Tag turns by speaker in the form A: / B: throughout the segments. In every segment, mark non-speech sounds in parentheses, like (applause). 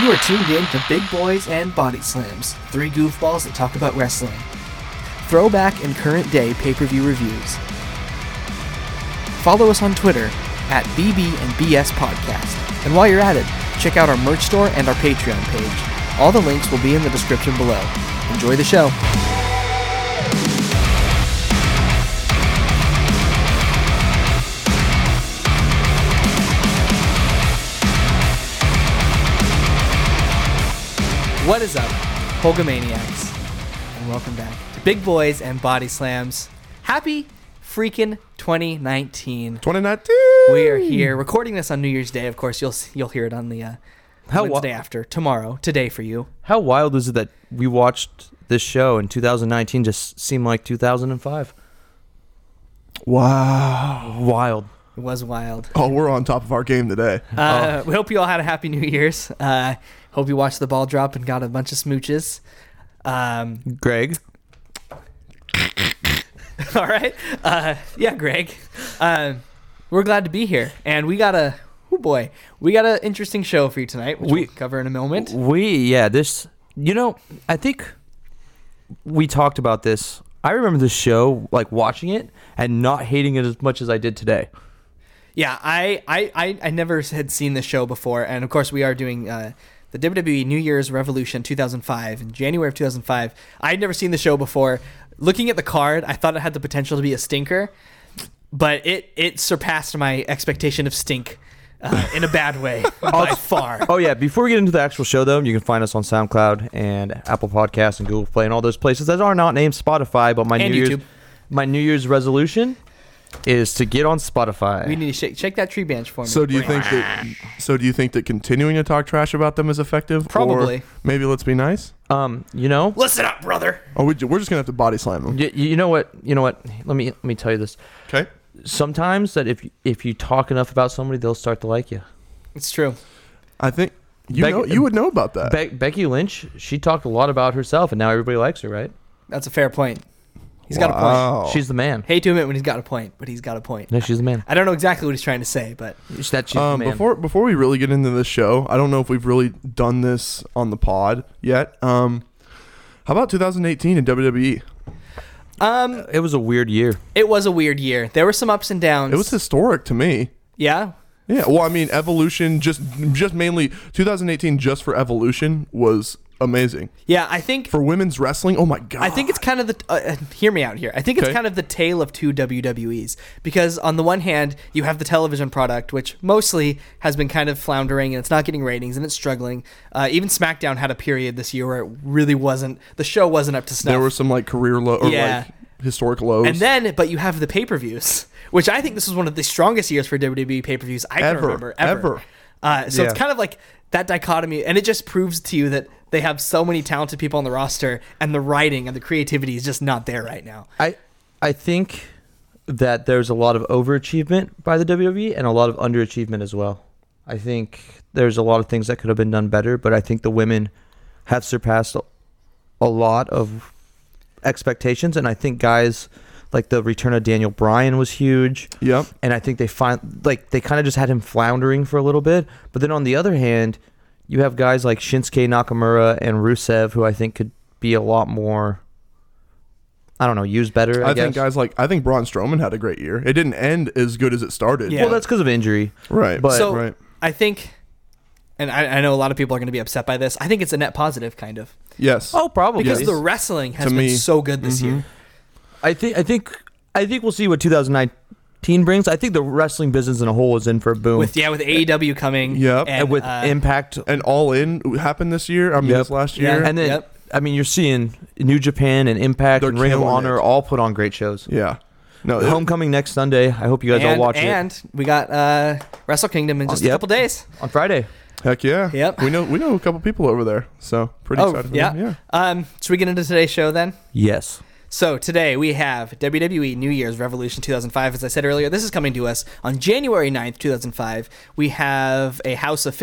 A: You are tuned in to Big Boys and Body Slams, three goofballs that talk about wrestling. Throwback and current day pay per view reviews. Follow us on Twitter at BB and BS Podcast. And while you're at it, check out our merch store and our Patreon page. All the links will be in the description below. Enjoy the show. What is up, Hulkamaniacs? And welcome back to Big Boys and Body Slams. Happy freaking 2019.
B: 2019.
A: We are here recording this on New Year's Day. Of course, you'll s- you'll hear it on the uh,
C: How wa-
A: Wednesday after tomorrow. Today for you.
C: How wild is it that we watched this show in 2019 just seemed like 2005?
B: Wow.
C: Wild.
A: It was wild.
B: Oh, we're on top of our game today.
C: Oh.
A: Uh, We hope you all had a happy New Year's. Uh, hope you watched the ball drop and got a bunch of smooches. Um, (laughs)
C: Greg.
A: all right. Uh, yeah, Greg. Um, we're glad to be here, and we got a oh boy, we got an interesting show for you tonight, which we,
C: We-
A: will cover in a moment.
C: We yeah, this you know, I think we talked about this. I remember this show like watching it and not hating it as much as I did today.
A: Yeah, I I, I, I never had seen this show before, and of course we are doing uh, the WWE New Year's Revolution 2005 in January of 2005. I had never seen the show before. Looking at the card, I thought it had the potential to be a stinker, but it it surpassed my expectation of stink uh, in a bad way by
C: (laughs)
A: far.
C: Oh yeah, before we get into the actual show though, you can find us on SoundCloud and Apple Podcasts and Google Play and all those places that are not named Spotify, but my
A: And
C: New
A: YouTube.
C: Year's my New Year's resolution is to get on Spotify.
A: We need to shake, shake that tree branch for me.
B: So do you
A: Brandon.
B: think that? So do you think that continuing to talk trash about them is effective? Or
A: Probably.
B: maybe let's be nice.
C: um, you know,
A: Listen up, brother.
B: Oh, we, we're just gonna have to body slam them.
C: Y- you know what? You know what? Let me let me tell you this.
B: Okay.
C: Sometimes that if if you talk enough about somebody, they'll start to like you.
A: It's true.
B: I think you
C: Beg-
B: know you would know about that.
C: Be- Becky Lynch, she talked a lot about herself, and now everybody likes her, right?
A: That's a fair point. He's got a point.
B: wow.
C: She's the man.
A: Hate to admit when he's got a point, but he's got a point.
C: No, she's the man.
A: I don't know exactly what he's trying to say, but
C: She- That she's
B: Um,
C: the man.
B: before before we really get into this show, I don't know if we've really done this on the pod yet. Um, how about 2018 in E? WWE?
A: um,
C: it was a weird year.
A: it was a weird year. There were some ups and downs.
B: It was historic to me.
A: yeah.
B: Yeah, well, I mean, Evolution just just mainly 2018 just for Evolution was amazing
A: Yeah, I think
B: for women's wrestling. Oh my god!
A: I think it's kind of the uh, uh, hear me out here. I think it's
B: Okay.
A: kind of the tale of two WWEs because on the one hand you have the television product which mostly has been kind of floundering and it's not getting ratings and it's struggling. Uh, even SmackDown had a period this year where it really wasn't the show wasn't up to snuff.
B: there were some like career low or
A: Yeah.
B: like historic lows.
A: And then, but you have the pay per views, which I think this was one of the strongest years for WWE pay per views I can
B: Ever,
A: remember ever.
B: ever.
A: Uh, so it's
C: Yeah.
A: kind of like that dichotomy, and it just proves to you that they have so many talented people on the roster, and the writing and the creativity is just not there right now.
C: I I think that there's a lot of overachievement by the WWE and a lot of underachievement as well. I think there's a lot of things that could have been done better, but I think the women have surpassed a- a lot of expectations, and I think guys like the return of Daniel Bryan was huge
B: yep,
C: and I think they find like they kind of just had him floundering for a little bit. But then on the other hand, you have guys like Shinsuke Nakamura and Rusev, who I think could be a lot more. I don't know, used better. I,
B: I, think
C: guess.
B: guys like I think Braun Strowman had a great year. It didn't end as good as it started.
A: Yeah.
C: Well, that's because of injury.
B: right.
C: But-
A: so
B: right.
A: I think, and I, I know a lot of people are going to be upset by this. I think it's a net positive, kind of,
B: Yes.
C: Oh, probably.
A: because
B: Yes.
A: the wrestling has
B: To
A: been
B: me, Mm-hmm.
A: so good this year.
C: I think. I think. I think we'll see what 2019 brings. I think the wrestling business in a whole is in for a boom.
A: With yeah, with AEW coming,
B: Yep.
C: and with
A: uh,
C: Impact
B: and All In happened this year. I mean,
C: Yep.
B: this last
A: Yeah.
B: year.
C: and then
A: Yep.
C: I mean you're seeing New Japan and Impact
B: They're
C: and Ring of
B: killing
C: Honor
B: it.
C: all put on great shows.
B: yeah. No. it-
C: Homecoming next Sunday. I hope you guys
A: and,
C: all watch it
A: and we got uh, Wrestle Kingdom in just a
C: yep.
A: couple days.
C: on Friday.
B: heck yeah.
A: Yep. Oh,
B: We know we know a couple people over there. So pretty excited. For Them. Yeah.
A: Um, should we get into today's show then?
C: Yes.
A: So today we have WWE New Year's Revolution 2005. As I said earlier, this is coming to us on January 9th, 2005. We have a house of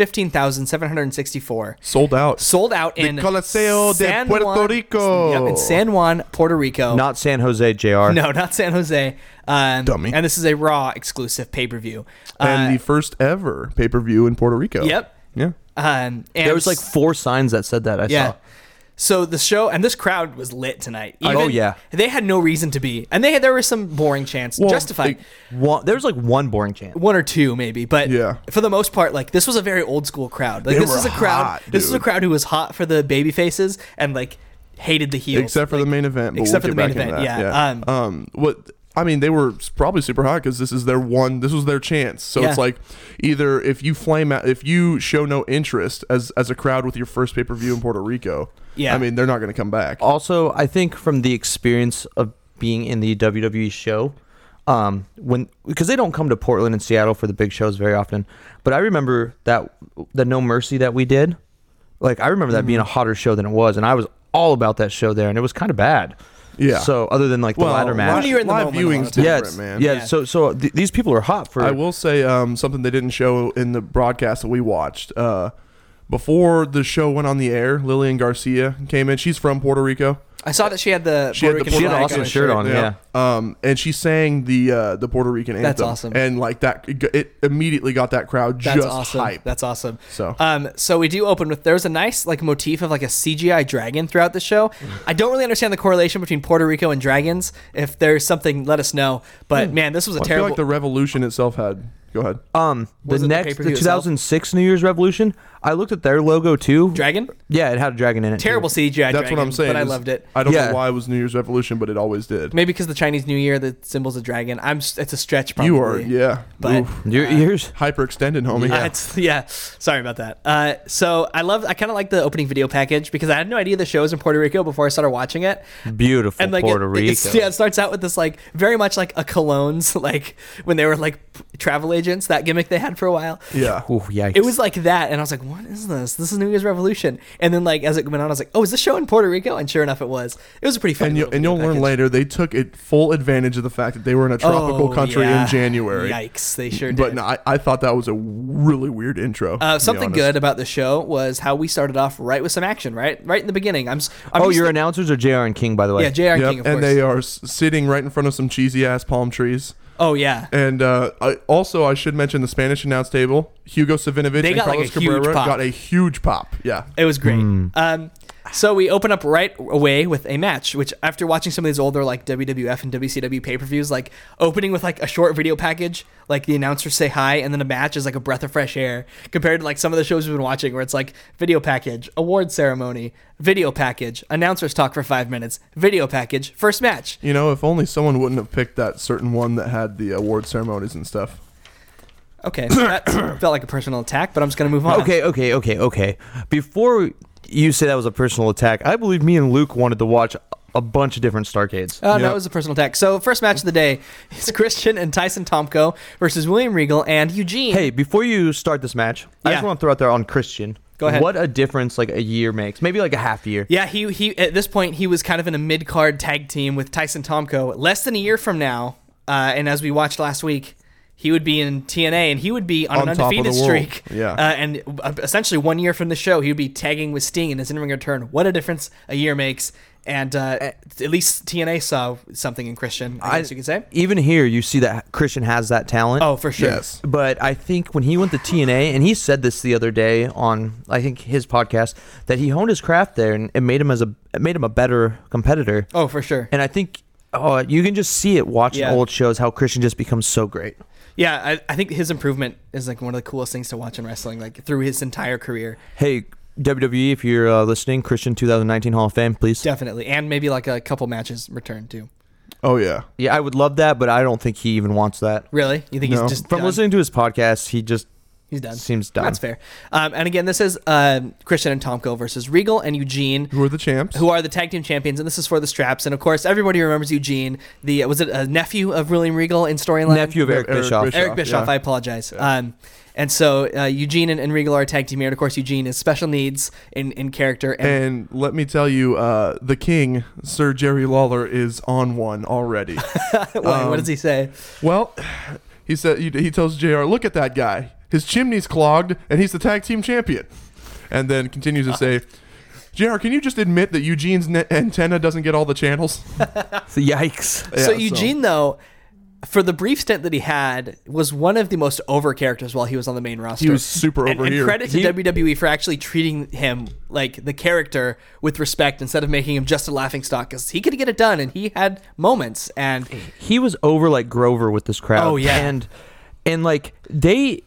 A: 15,764
B: Sold out.
A: sold out
B: The
A: in
B: Coliseo de Puerto
A: Juan,
B: Rico.
A: Yep, in San Juan, Puerto Rico.
C: Not San Jose,
A: (laughs)
C: JR.
A: no, not San Jose. Um,
B: Dummy.
A: And this is a Raw exclusive pay per view.
B: and the first ever pay per view in Puerto
A: Uh,
B: Rico.
A: Yep.
B: Yeah.
A: Um, and
C: there was like four signs that said that I
A: yeah.
B: Oh.
C: saw.
A: So the show and this crowd was lit tonight.
C: Oh, yeah.
A: they had no reason to be, and they had there were some boring chants,
B: Well,
A: justified
B: they-
C: One, there was like one boring chant.
A: one or two maybe, but
B: Yeah.
A: for the most part, like this was a very old school crowd. Like
B: They
A: this
B: were
A: is a crowd,
B: hot,
A: this is a
B: dude.
A: crowd who was hot for the baby faces and like hated the heels,
B: except for the main event. But
A: except
B: we'll
A: for the
B: get
A: main
B: back into
A: event,
B: that.
A: yeah.
B: Um, what I mean, they were s- probably super hot because this is their one. This was their chance. So it's
A: Yeah.
B: like either if you flame out, if you show no interest as as a crowd with your first pay per view in Puerto Rico,
A: Yeah.
B: I mean they're not going to come back.
C: Also, I think from the experience of being in the WWE show, um, when because they don't come to Portland and Seattle for the big shows very often, but I remember that the No Mercy that we did, like I remember that being
B: Mm-hmm.
C: a hotter show than it was, and I was all about that show there, and it was kind of bad.
B: Yeah.
C: So other than like the ladder match,
A: When you're in the
B: live
A: moment a lot of
B: viewing's
A: times.
C: yeah,
B: different,
C: it's-
B: man.
C: yeah,
A: Yeah.
C: So so th- these people are hot for.
B: I will say um, something they didn't show in the broadcast that we watched. Uh, before the show went on the air, Lillian Garcia came in. She's from Puerto Rico.
A: I saw that she had the
B: She had the
A: Puerto Rican
C: she
B: Puerto
C: had
A: flag
C: an awesome
A: her
C: shirt on. Yeah.
B: Um, and she sang the uh, the Puerto Rican anthem.
A: That's awesome.
B: And like that, it immediately got that crowd
A: That's
B: just
A: awesome.
B: hype.
A: That's awesome.
B: So.
A: um, so we do open with there's a nice like motif of like a CGI dragon throughout the show.
B: (laughs)
A: I don't really understand the correlation between Puerto Rico and dragons. If there's something, let us know. But man, this was a
B: Hmm. I feel
A: terrible.
B: like the revolution itself had. Go ahead.
C: Um, the
A: Was it the
C: next the
A: pay-per-view itself?
C: 2006 New Year's Revolution, I looked at their logo too.
A: (laughs) Dragon?
C: Yeah, it had a dragon in it. too.
A: terrible CGI.
B: That's
A: dragon,
B: what I'm saying.
A: But I
B: is
A: loved it.
B: I don't
C: Yeah.
B: know why it was New Year's Revolution, but it always did.
A: Maybe because the Chinese New Year, the symbol's a dragon. I'm. s- It's a stretch. Probably.
B: you are, yeah.
A: But (laughs)
B: Oof.
C: Your ears.
B: hyper extended, homie.
A: Uh, it's- yeah. Sorry about that. Uh, so I love. I kind of like the opening video package because I had no idea the show was in Puerto Rico before I started watching it.
C: Beautiful
A: and like
C: Puerto
A: it,
C: Rico.
A: it's- yeah, it starts out with this like very much like a colognes (laughs) like when they were like p- travel agents that gimmick they had for a while.
B: Yeah.
C: Ooh, yikes.
A: It was like that, and I was like, "What is this? This is New Year's Revolution." And then like as it went on, I was like, "Oh, is this show in Puerto Rico?" And sure enough, it was. It was a pretty fun.
B: And, you,
A: little
B: and you'll
A: video
B: learn
A: package.
B: later they took it full advantage of the fact that they were in a tropical
A: Oh,
B: country
A: yeah.
B: in January.
A: Yikes, they sure did.
B: But no, I, I thought that was a really weird intro. to
A: Uh,
B: be
A: something
B: honest.
A: good about the show was how we started off right with some action, right, right in the beginning. I'm. s- I'm
C: oh,
A: just-
C: your announcers are Jr. and King, by the way.
A: yeah, J.R.
B: Yep,
A: King, of
B: and
A: course.
B: they uh, are s- sitting right in front of some cheesy ass palm trees.
A: oh yeah,
B: And uh, I, also, I should mention the Spanish announce table. Hugo Savinovich
A: They
B: and
A: got, like,
B: Carlos
A: a huge
B: Cabrera
A: pop.
B: got a huge pop. Yeah.
A: It was great. Um, so we open up right away with a match, which after watching some of these older like WWF and WCW pay per views, like opening with like a short video package, like the announcers say hi, and then a match is like a breath of fresh air compared to like some of the shows we've been watching where it's like video package, award ceremony, video package, announcers talk for five minutes, video package, first match.
B: You know, if only someone wouldn't have picked that certain one that had the award ceremonies and stuff.
A: Okay, (coughs) that felt like a personal attack, but I'm just gonna move on.
C: Okay, okay, okay, okay. Before you say that was a personal attack, I believe me and Luke wanted to watch a bunch of different Starcades.
A: Uh, no,
B: Yep.
A: it was a personal attack. So first match of the day is (laughs) Christian and Tyson Tomko versus William Regal and Eugene.
C: Hey, before you start this match, I just
A: Yeah.
C: want to throw out there on Christian.
A: Go ahead.
C: What a difference like a year makes. Maybe like a half year.
A: Yeah, he he at this point he was kind of in a mid card tag team with Tyson Tomko. Less than a year from now, uh, and as we watched last week, he would be in TNA and he would be on,
B: On
A: an
B: top of the
A: undefeated
B: world.
A: streak.
B: Yeah.
A: uh, and uh, essentially one year from the show, he would be tagging with Sting in his in ring return. What a difference a year makes! And uh, at least TNA saw something in Christian. I, guess you could say.
C: Even here, you see that Christian has that talent.
A: Oh, for sure.
B: Yes.
C: But I think when he went to TNA, and he said this the other day on I think his podcast that he honed his craft there and it made him as a it made him a better competitor.
A: Oh, for sure.
C: And I think oh, you can just see it watching
A: Yeah.
C: old shows how Christian just becomes so great.
A: Yeah, I, I think his improvement is like one of the coolest things to watch in wrestling, like through his entire career.
C: Hey WWE, if you're uh, listening, Christian 2019 Hall of Fame, please. Yeah.
A: Definitely. And maybe like a couple matches returned too.
B: Oh, yeah.
C: I would love that, but I don't think he even wants that.
A: Really? You think
B: No.
A: he's just
C: From
A: done?
C: listening to his podcast, he just
A: He's done.
C: seems done.
A: That's fair. Um, and again, this is um Christian and Tomko versus Regal and Eugene,
B: Who are the champs?
A: who are the tag team champions. And this is for the straps. And of course, everybody remembers Eugene. The was it a nephew of William Regal in storyline?
C: nephew of Eric,
B: Eric
C: Bischoff.
B: Bischoff.
A: Eric Bischoff.
B: yeah.
A: I apologize. Um, and so uh, Eugene and, and Regal are a tag team here. And of course, Eugene is special needs in, in character. And,
B: And let me tell you, uh, the king, Sir Jerry Lawler, is on one
A: (laughs)
B: already.
A: Why, what does he say?
B: well, he said he, he tells Jr. Look at that guy. His chimney's clogged, and he's the tag team champion. And then continues to say, Jr. Can you just admit that Eugene's ne- antenna doesn't get all the channels?
C: Yikes.
B: Yeah,
A: so Eugene though for the brief stint that he had, was one of the most over characters while he was on the main roster.
B: He was super
A: and,
B: over
A: and
B: here.
A: credit to
C: He-
A: WWE for actually treating him like the character with respect instead of making him just a laughing stock because he could get it done and he had moments and
C: he was over like Grover with this crowd.
A: Oh, yeah.
C: and and like they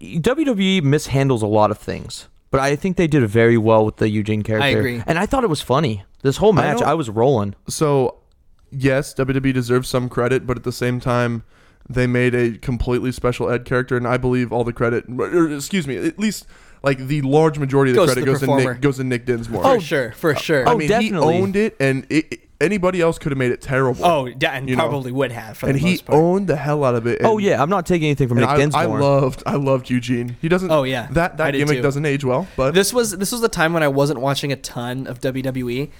C: WWE mishandles a lot of things, but I think they did very well with the Eugene character.
A: agree.
C: and I thought it was funny. This whole match,
B: don't-
C: I, was rolling.
B: So, yes, WWE deserves some credit, but at the same time, they made a completely special Ed character, and I believe all the credit, or, excuse me, at least like the large majority of the
A: Goes to
B: credit
A: the
B: goes to
A: performer.
B: Nick goes to Nick Dinsmore.
A: for sure, for sure.
B: oh, uh, I
C: oh,
B: mean,
C: definitely.
B: he owned it, and it, it- anybody else could have made it terrible.
A: oh, yeah, and
B: you know.
A: probably would have for
B: and
A: the
B: he
A: most part.
B: owned the hell out of it. and-
C: Oh yeah, I'm not taking anything from
B: and I,
C: Nick Dinsmore.
B: I loved, I loved Eugene. He doesn't.
A: Oh, yeah.
B: that
A: I
B: that
A: did
B: gimmick
A: too.
B: doesn't age well, but
A: This was this was the time when I wasn't watching a ton of WWE,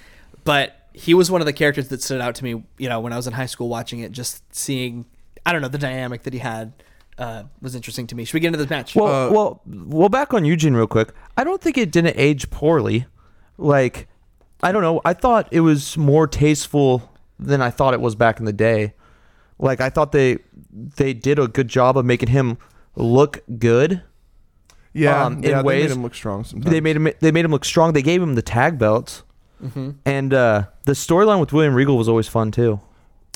A: but he was one of the characters that stood out to me. You know, when I was in high school watching it, just seeing I don't know the dynamic that he had uh, was interesting to me. Should we get into this match?
C: Well, well, well. Back on Eugene real quick. I don't think it didn't age poorly. Like, I don't know. I thought it was more tasteful than I thought it was back in the day. Like, I thought they they did a good job of making him look good.
B: yeah,
C: um, in
B: yeah, they made
C: ways-
B: him look strong sometimes.
C: They made him they made him look strong. They gave him the tag belts, and uh, the storyline with William Regal was always fun too.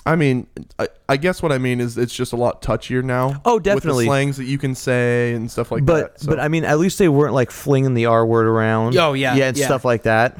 B: I mean, I, I guess what I mean is it's just a lot touchier now.
C: Oh,
B: With
C: definitely.
B: the slangs that you can say and stuff like
C: but
B: that. so-
C: but I mean, at least they weren't like flinging the R word around.
A: Oh, yeah,
C: yeah, and
A: yeah.
C: stuff like that.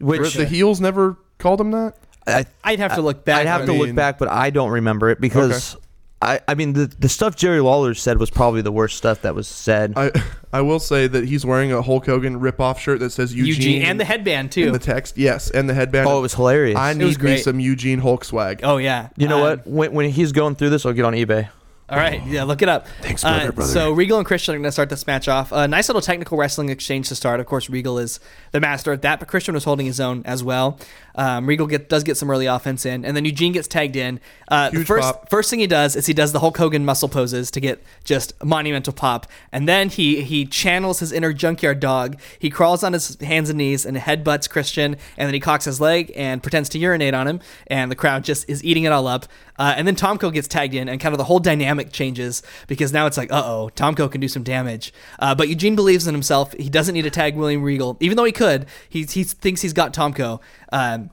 B: Were
C: Which
B: the heels never called him that.
C: I
A: I'd have to look back.
C: I'd have
A: on
C: to
A: it.
B: mean-
C: look back, but I don't remember it because I, I mean the the stuff Jerry Lawler said was probably the worst stuff that was said.
B: I (laughs) I will say that he's wearing a Hulk Hogan ripoff shirt that says Eugene,
A: Eugene, and the headband too.
B: in the text. Yes, and the headband.
C: oh, it was hilarious.
B: I
A: was
B: need me
A: great.
B: some Eugene Hulk swag.
A: oh yeah.
C: you know
A: Um,
C: what? When, when he's going through this, I'll get on eBay.
A: All right, yeah, look it up.
B: Thanks, brother,
A: Uh,
B: brother.
A: So Regal and Christian are going to start this match off. A nice little technical wrestling exchange to start. Of course, Regal is the master at that, but Christian was holding his own as well. Um, Regal get, does get some early offense in, and then Eugene gets tagged in. Uh, the
B: Huge
A: first
B: pop.
A: first thing he does is he does the Hulk Hogan muscle poses to get just monumental pop, and then he he channels his inner junkyard dog. He crawls on his hands and knees and headbutts Christian, and then he cocks his leg and pretends to urinate on him, and the crowd just is eating it all up. Uh, and then Tomko gets tagged in, and kind of the whole dynamic changes because now it's like, uh oh, Tomko can do some damage. Uh, but Eugene believes in himself. He doesn't need to tag William Regal, even though he could. He he thinks he's got Tomko. Um,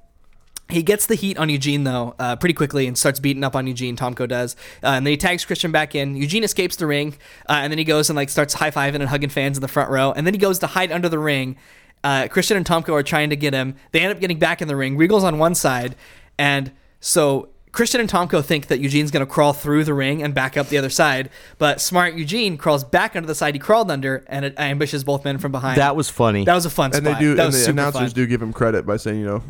A: he gets the heat on Eugene though uh, pretty quickly and starts beating up on Eugene. Tomko does, uh, and then he tags Christian back in. Eugene escapes the ring, uh, and then he goes and like starts high fiving and hugging fans in the front row, and then he goes to hide under the ring. Uh, Christian and Tomko are trying to get him. They end up getting back in the ring. Regal's on one side, and so Christian and Tomko think that Eugene's going to crawl through the ring and back up the other side, but smart Eugene crawls back under the side he crawled under and it ambushes both men from behind.
C: That was funny.
A: that was a fun
B: And
A: spot.
B: they do.
A: That
B: and
A: was
B: the
A: super
B: announcers
A: fun.
B: do give him credit by saying, you know,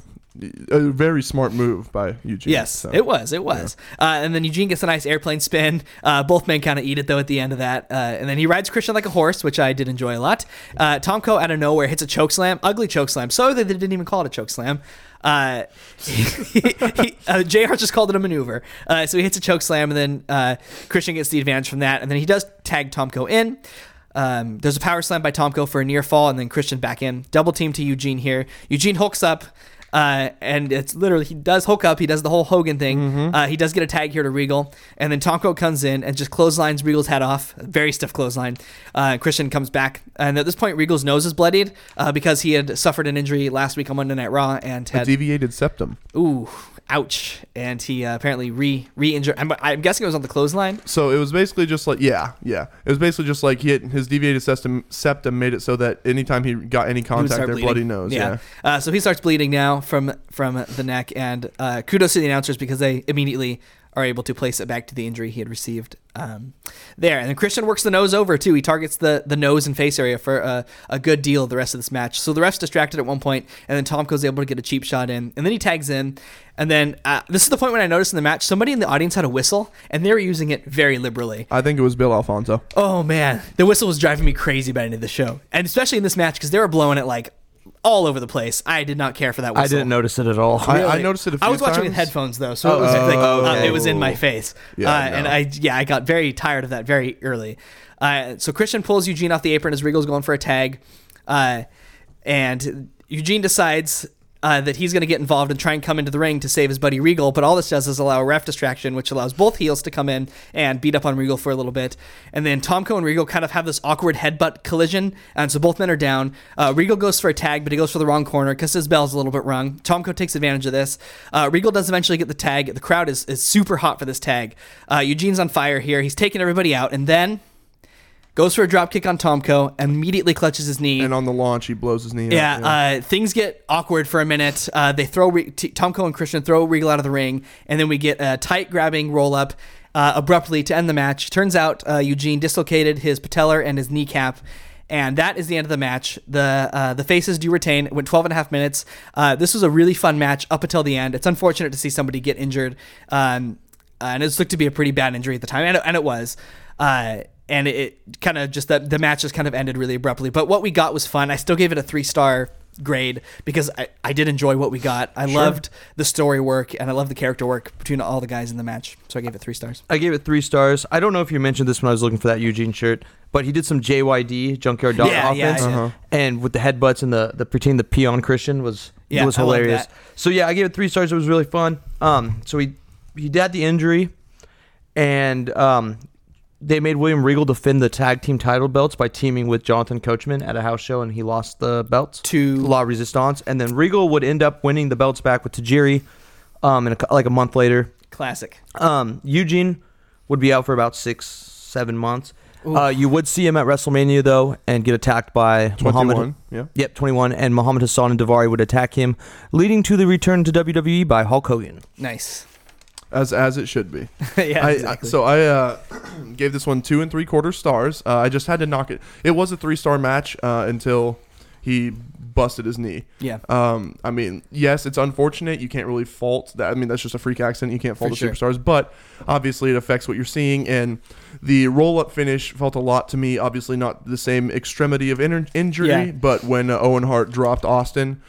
B: a very smart move by Eugene.
A: Yes,
B: so.
A: it was. It was. Uh, and then Eugene gets a nice airplane spin. Uh, both men kind of eat it though at the end of that. Uh, and then he rides Christian like a horse, which I did enjoy a lot. Uh, Tomko out of nowhere hits a choke slam, ugly choke slam. So ugly they didn't even call it a choke slam. Uh, (laughs) he, he- uh, Jr. just called it a maneuver. Uh, so he hits a choke slam, and then uh, Christian gets the advantage from that. And then he does tag Tomko in. Um, there's a power slam by Tomko for a near fall, and then Christian back in. Double team to Eugene here. Eugene hooks up. Uh, and it's literally he does hook up. He does the whole Hogan thing. Uh, he does get a tag here to Regal, and then Tonko comes in and just clotheslines Regal's head off. Very stiff clothesline. Uh, Christian comes back, and at this point, Regal's nose is bloodied uh, because he had suffered an injury last week on Monday Night Raw and
B: A
A: had
B: deviated septum.
A: ooh ouch, and he uh, apparently re re injured. I'm, I'm guessing it was on the clothesline.
B: So it was basically just like yeah, yeah. It was basically just like he had, his deviated septum, septum made it so that anytime he got any
A: He would
B: contact,
A: start
B: their
A: bleeding.
B: bloody nose. Yeah.
A: Uh, so he starts bleeding now from from the neck, and uh, kudos to the announcers because they immediately are able to place it back to the injury he had received um, there. And then Christian works the nose over too. He targets the the nose and face area for a, a good deal of the rest of this match. So the ref's distracted at one point, and then Tomko's able to get a cheap shot in, and then he tags in. And then uh, this is the point when I noticed in the match somebody in the audience had a whistle, and they were using it very liberally.
B: I think it was Bill Alfonso.
A: Oh man, the whistle was driving me crazy by the end of the show, and especially in this match because they were blowing it like all over the place. I did not care for that. whistle.
C: I didn't notice it at all.
B: I- I noticed it a
A: I was
B: few
A: watching with
B: times. Oh,
A: headphones though, so it was like uh,
C: okay.
A: it was in my face,
B: Yeah,
A: uh, and
B: no.
A: I yeah I got very tired of that very early. Uh, so Christian pulls Eugene off the apron as Regal's going for a tag, uh, and Eugene decides. uh, that he's going to get involved and try and come into the ring to save his buddy Regal. But all this does is allow a ref distraction, which allows both heels to come in and beat up on Regal for a little bit. And then Tomko and Regal kind of have this awkward headbutt collision. And so both men are down. Uh, Regal goes for a tag, but he goes for the wrong corner because his bell's a little bit rung. Tomko takes advantage of this. Uh, Regal does eventually get the tag. The crowd is, is super hot for this tag. Uh, Eugene's on fire here. He's taking everybody out. And then goes for a drop kick on Tomko, immediately clutches his knee.
B: And on the launch, he blows his knee.
A: yeah,
B: out,
A: Uh, things get awkward for a minute. Uh, they throw Re- T- Tomko and Christian throw Regal out of the ring, and then we get a tight grabbing roll up uh, abruptly to end the match. Turns out uh, Eugene dislocated his patellar and his kneecap. And that is the end of the match. The uh, the faces do retain. It went 12 and a half minutes. Uh, this was a really fun match up until the end. It's unfortunate to see somebody get injured. Um, uh, and it's looked to be a pretty bad injury at the time, and it, and it was. Uh, and it, kind of just that the match just kind of ended really abruptly. But what we got was fun. I still gave it a three star grade because I, I did enjoy what we got. I loved the story work and I loved the character work between all the guys in the match. So I gave it three stars.
C: I gave it three stars. I don't know if you mentioned this when I was looking for that Eugene shirt, but he did some JYD Junkyard Dog
A: Yeah, yeah,
C: offense,
A: yeah.
B: Uh-huh.
C: and with the headbutts and the the pretend the peon Christian was
A: Yeah,
C: was
A: I love
C: hilarious.
A: that.
C: So yeah, I gave it three stars. It was really fun. Um, so he he had the injury, and um, they made William Regal defend the tag team title belts by teaming with Jonathan Coachman at a house show, and he lost the belts
A: To-
C: La Resistance, and then Regal would end up winning the belts back with Tajiri, um, in a, cou- like a month later.
A: Classic.
C: Um, Eugene would be out for about six, seven months. Uh, you would see him at WrestleMania though, and get attacked by Muhammad.
B: 21, yeah.
C: Yep, 21, and Muhammad Hassan and Davari would attack him, leading to the return to WWE by Hulk Hogan.
A: Nice. (laughs)
B: as as it should be.
A: yeah,
B: I,
A: exactly.
B: I, so I uh, (clears throat) gave this one two and three quarter stars. Uh, I just had to knock it. It was a three star match uh, until he busted his knee.
A: yeah.
B: Um, I mean, yes, it's unfortunate. You can't really fault that. I mean, that's just a freak accident. You can't fault
A: For
B: the
A: sure.
B: superstars, but obviously it affects what you're seeing. And the roll up finish felt a lot to me. Obviously, not the same extremity of in- injury,
A: Yeah.
B: but when uh, Owen Hart dropped Austin,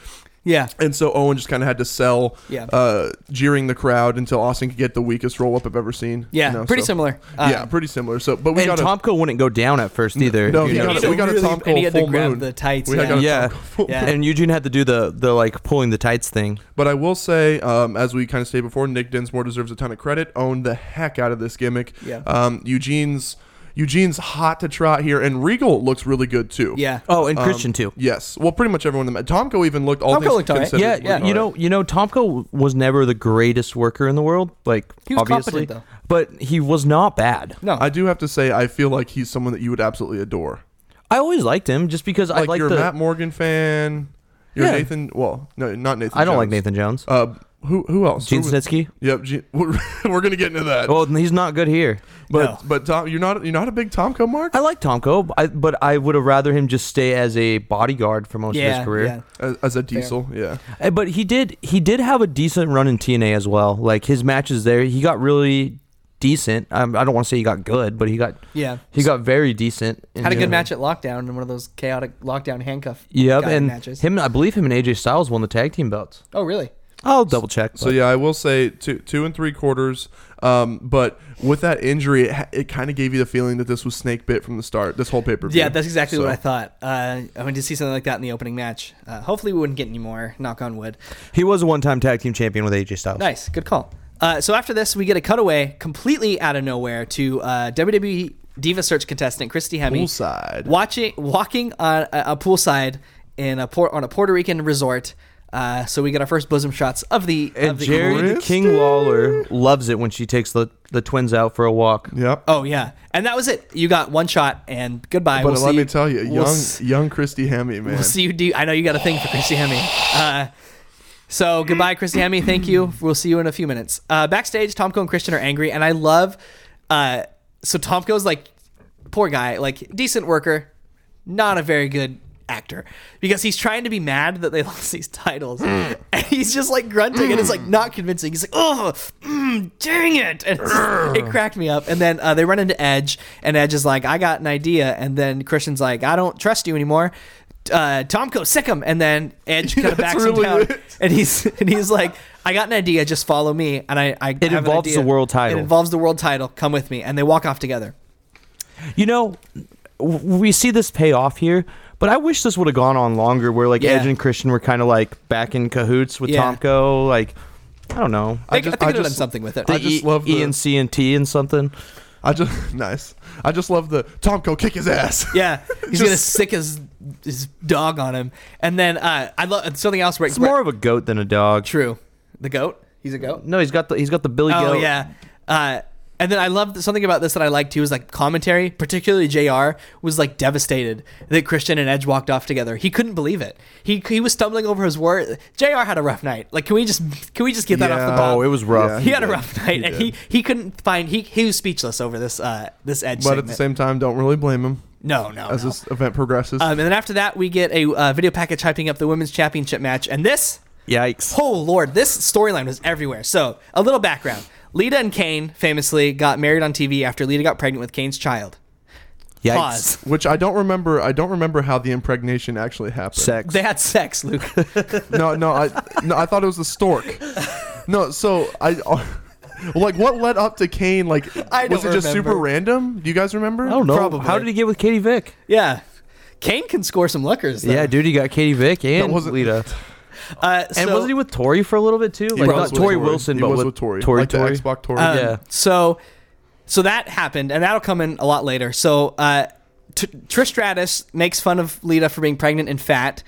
A: Yeah.
B: and so Owen just kind of had to sell,
A: Yeah.
B: uh, jeering the crowd until Austin could get the weakest roll up I've ever seen.
A: Yeah.
B: you know,
A: pretty
B: so-
A: similar. Uh,
B: yeah, pretty similar. So, but we
C: and
B: got a,
C: Tomko wouldn't go down at first either.
B: no,
C: if
B: he
C: you
A: Yeah, he
B: got a-
C: noticed.
A: had
B: we
A: to
B: got a
A: really-
B: Tom
A: and he
B: Cole
A: had to
B: full
A: grab
B: moon.
A: the tights.
B: We
A: yeah.
B: had got a-
C: (laughs) yeah.
A: Yeah.
C: And Eugene had to do the the like pulling the tights thing.
B: but I will say, um, as we kind of stated before, Nick Dinsmore deserves a ton of credit. Owned the heck out of this gimmick.
A: Yeah.
B: Um, Eugene's Eugene's hot to trot here, and Regal looks really good too.
A: yeah.
C: Oh, and
B: Um,
C: Christian too.
B: Yes. Well, pretty much everyone. in the ma- Tomko even looked all
A: Tomko
B: things
A: looked all right.
B: considered,
C: yeah,
B: looked
C: yeah.
B: all
C: You know, you know, Tomko was never the greatest worker in the world. Like
A: He was
C: obviously,
A: competent, though.
C: but he was not bad.
A: No.
B: I do have to say, I feel like he's someone that you would absolutely adore.
C: I always liked him just because I
B: Like,
C: like
B: you're
C: the.
B: a Matt Morgan fan. You're a
C: Yeah.
B: Nathan. Well, no, not Nathan.
C: I don't like
B: Jones.
C: Nathan Jones.
B: Uh, who who else?
C: Gene
B: Who-
C: Snitsky. Oh,
B: Yep, Gene, (laughs) we're, we're gonna get into that.
C: Well, he's not good here.
B: But
A: No.
B: but Tom, you're not you're not a big Tomko mark.
C: I like Tomko, I, but I would have rather him just stay as a bodyguard for most of
A: yeah.
C: his career.
A: Yeah.
B: As, as a diesel, yeah.
C: Uh, But he did he did have a decent run in TNA as well. Like his matches there, he got really decent. Um, I don't want to say he got good, but he got
A: Yeah.
C: he got very decent. in
A: Had a
C: general.
A: good match at Lockdown in one of those chaotic Lockdown handcuff
C: Yep,
A: guy
C: and
A: matches.
C: him I believe him and AJ Styles won the tag team belts.
A: oh, really?
C: I'll double check.
B: So
C: but-
B: yeah, I will say two two and three quarters. Um, but with that injury, it, ha- it kind of gave you the feeling that this was snake bit from the start. This whole pay per view.
A: Yeah, that's exactly what I thought. Uh, I went to see something like that in the opening match. Uh, hopefully, we wouldn't get any more. Knock on wood.
C: he was a one time tag team champion with AJ Styles.
A: Nice, good call. Uh, so after this, we get a cutaway completely out of nowhere to uh, WWE Diva Search contestant Christy Hemme
B: Poolside.
A: watching walking on a, a poolside in a port on a Puerto Rican resort. Uh, so we get our first bosom shots of the of
C: And
A: the
C: Jerry the King Lawler loves it when she takes the, the twins out for a walk.
B: Yep.
A: Oh yeah, and that was it. You got one shot and goodbye.
B: but
A: We'll
B: let
A: see
B: me
A: you-
B: tell you, young
A: we'll s-
B: young Christy Hemme, man.
A: We'll see you do. I know you got a thing for Christy Hemme. Uh, so goodbye, Christy Hemme. Thank you. We'll see you in a few minutes. Uh, backstage, Tomko and Christian are angry, and I love. Uh, so Tomko's like, poor guy, like decent worker, not a very good actor because he's trying to be mad that they (laughs) lost these titles, and he's just like grunting, and it's like not convincing. He's like, oh, mm, dang it, and it's just- it cracked me up. And then uh, they run into Edge, and Edge is like, I got an idea, and then Christian's like, I don't trust you anymore uh, Tomko, sick him, and then Edge
B: (laughs)
A: kind of
B: That's
A: backs
B: really
A: him down,
B: it.
A: (laughs) and he's and he's like, "I got an idea, just follow me." And I, I it
C: involves the world title.
A: It involves the world title. Come with me, and they walk off together.
C: You know, w- we see this pay off here, But I wish this would have gone on longer, where like
A: Yeah.
C: Edge and Christian were kind of like back in cahoots with
A: Yeah.
C: Tomko. Like, I don't know.
A: I,
B: I just-
A: I think
B: I
A: I'd have done
B: just-
A: something with it.
C: The
B: I just
C: E-
B: love the-
C: E and C and T and something.
B: I just (laughs) nice. I just love the Tomko kick his ass.
A: (laughs) yeah, he's gonna
B: Just-
A: sick his his dog on him, and then uh, I love something else. Right,
C: It's more of a goat than a dog.
A: true. The goat. He's a goat.
C: No, he's got the he's got the Billy
A: Oh
C: goat.
A: yeah. Uh, and then I loved something about this that I liked too is like commentary, particularly Jr. was like devastated that Christian and Edge walked off together. He couldn't believe it. He he was stumbling over his word. Jr. had a rough night. Like, can we just can we just get that off the
B: Yeah.
A: ball?
C: Oh, it was rough.
B: Yeah.
A: he, had a
B: did.
A: rough night,
B: He
A: and
B: did.
A: he he couldn't find he he was speechless over this uh this Edge.
B: (laughs) But at
A: segment.
B: the same time, don't really blame him
A: no no
B: as
A: no.
B: this event progresses.
A: Um, and then after that, we get a uh, video package hyping up the women's championship match. And this,
C: Yikes.
A: oh lord, this storyline was everywhere. So a little background: Lita and Kane famously got married on TV after Lita got pregnant with Kane's child.
C: Yikes.
A: Pause.
B: which I don't remember. I don't remember how the impregnation actually happened.
C: Sex.
A: They had sex, Luke.
B: No, no, I no, I thought it was the stork. No, so I (laughs) like what led up to Kane. Like,
A: I
B: was it
A: don't
B: just super
A: remember.
B: random? Do you guys remember?
C: I don't know.
A: Probably.
C: How did he get with Katie Vick?
A: yeah, Kane can score some lookers. Though.
C: Yeah, dude, he got Katie Vick and
B: wasn't-
C: Lita. (laughs)
A: Uh,
C: And wasn't he with Tori for a little bit too?
B: was
C: Like not
B: with
C: Tori Wilson,
B: He
C: but
B: was
C: with,
B: with Tori.
C: Tori
B: like
C: Tori.
B: the Xbox Tori.
A: Um,
C: Yeah.
A: So, so that happened, and that'll come in a lot later. So, uh, T- Trish Stratus makes fun of Lita for being pregnant and fat.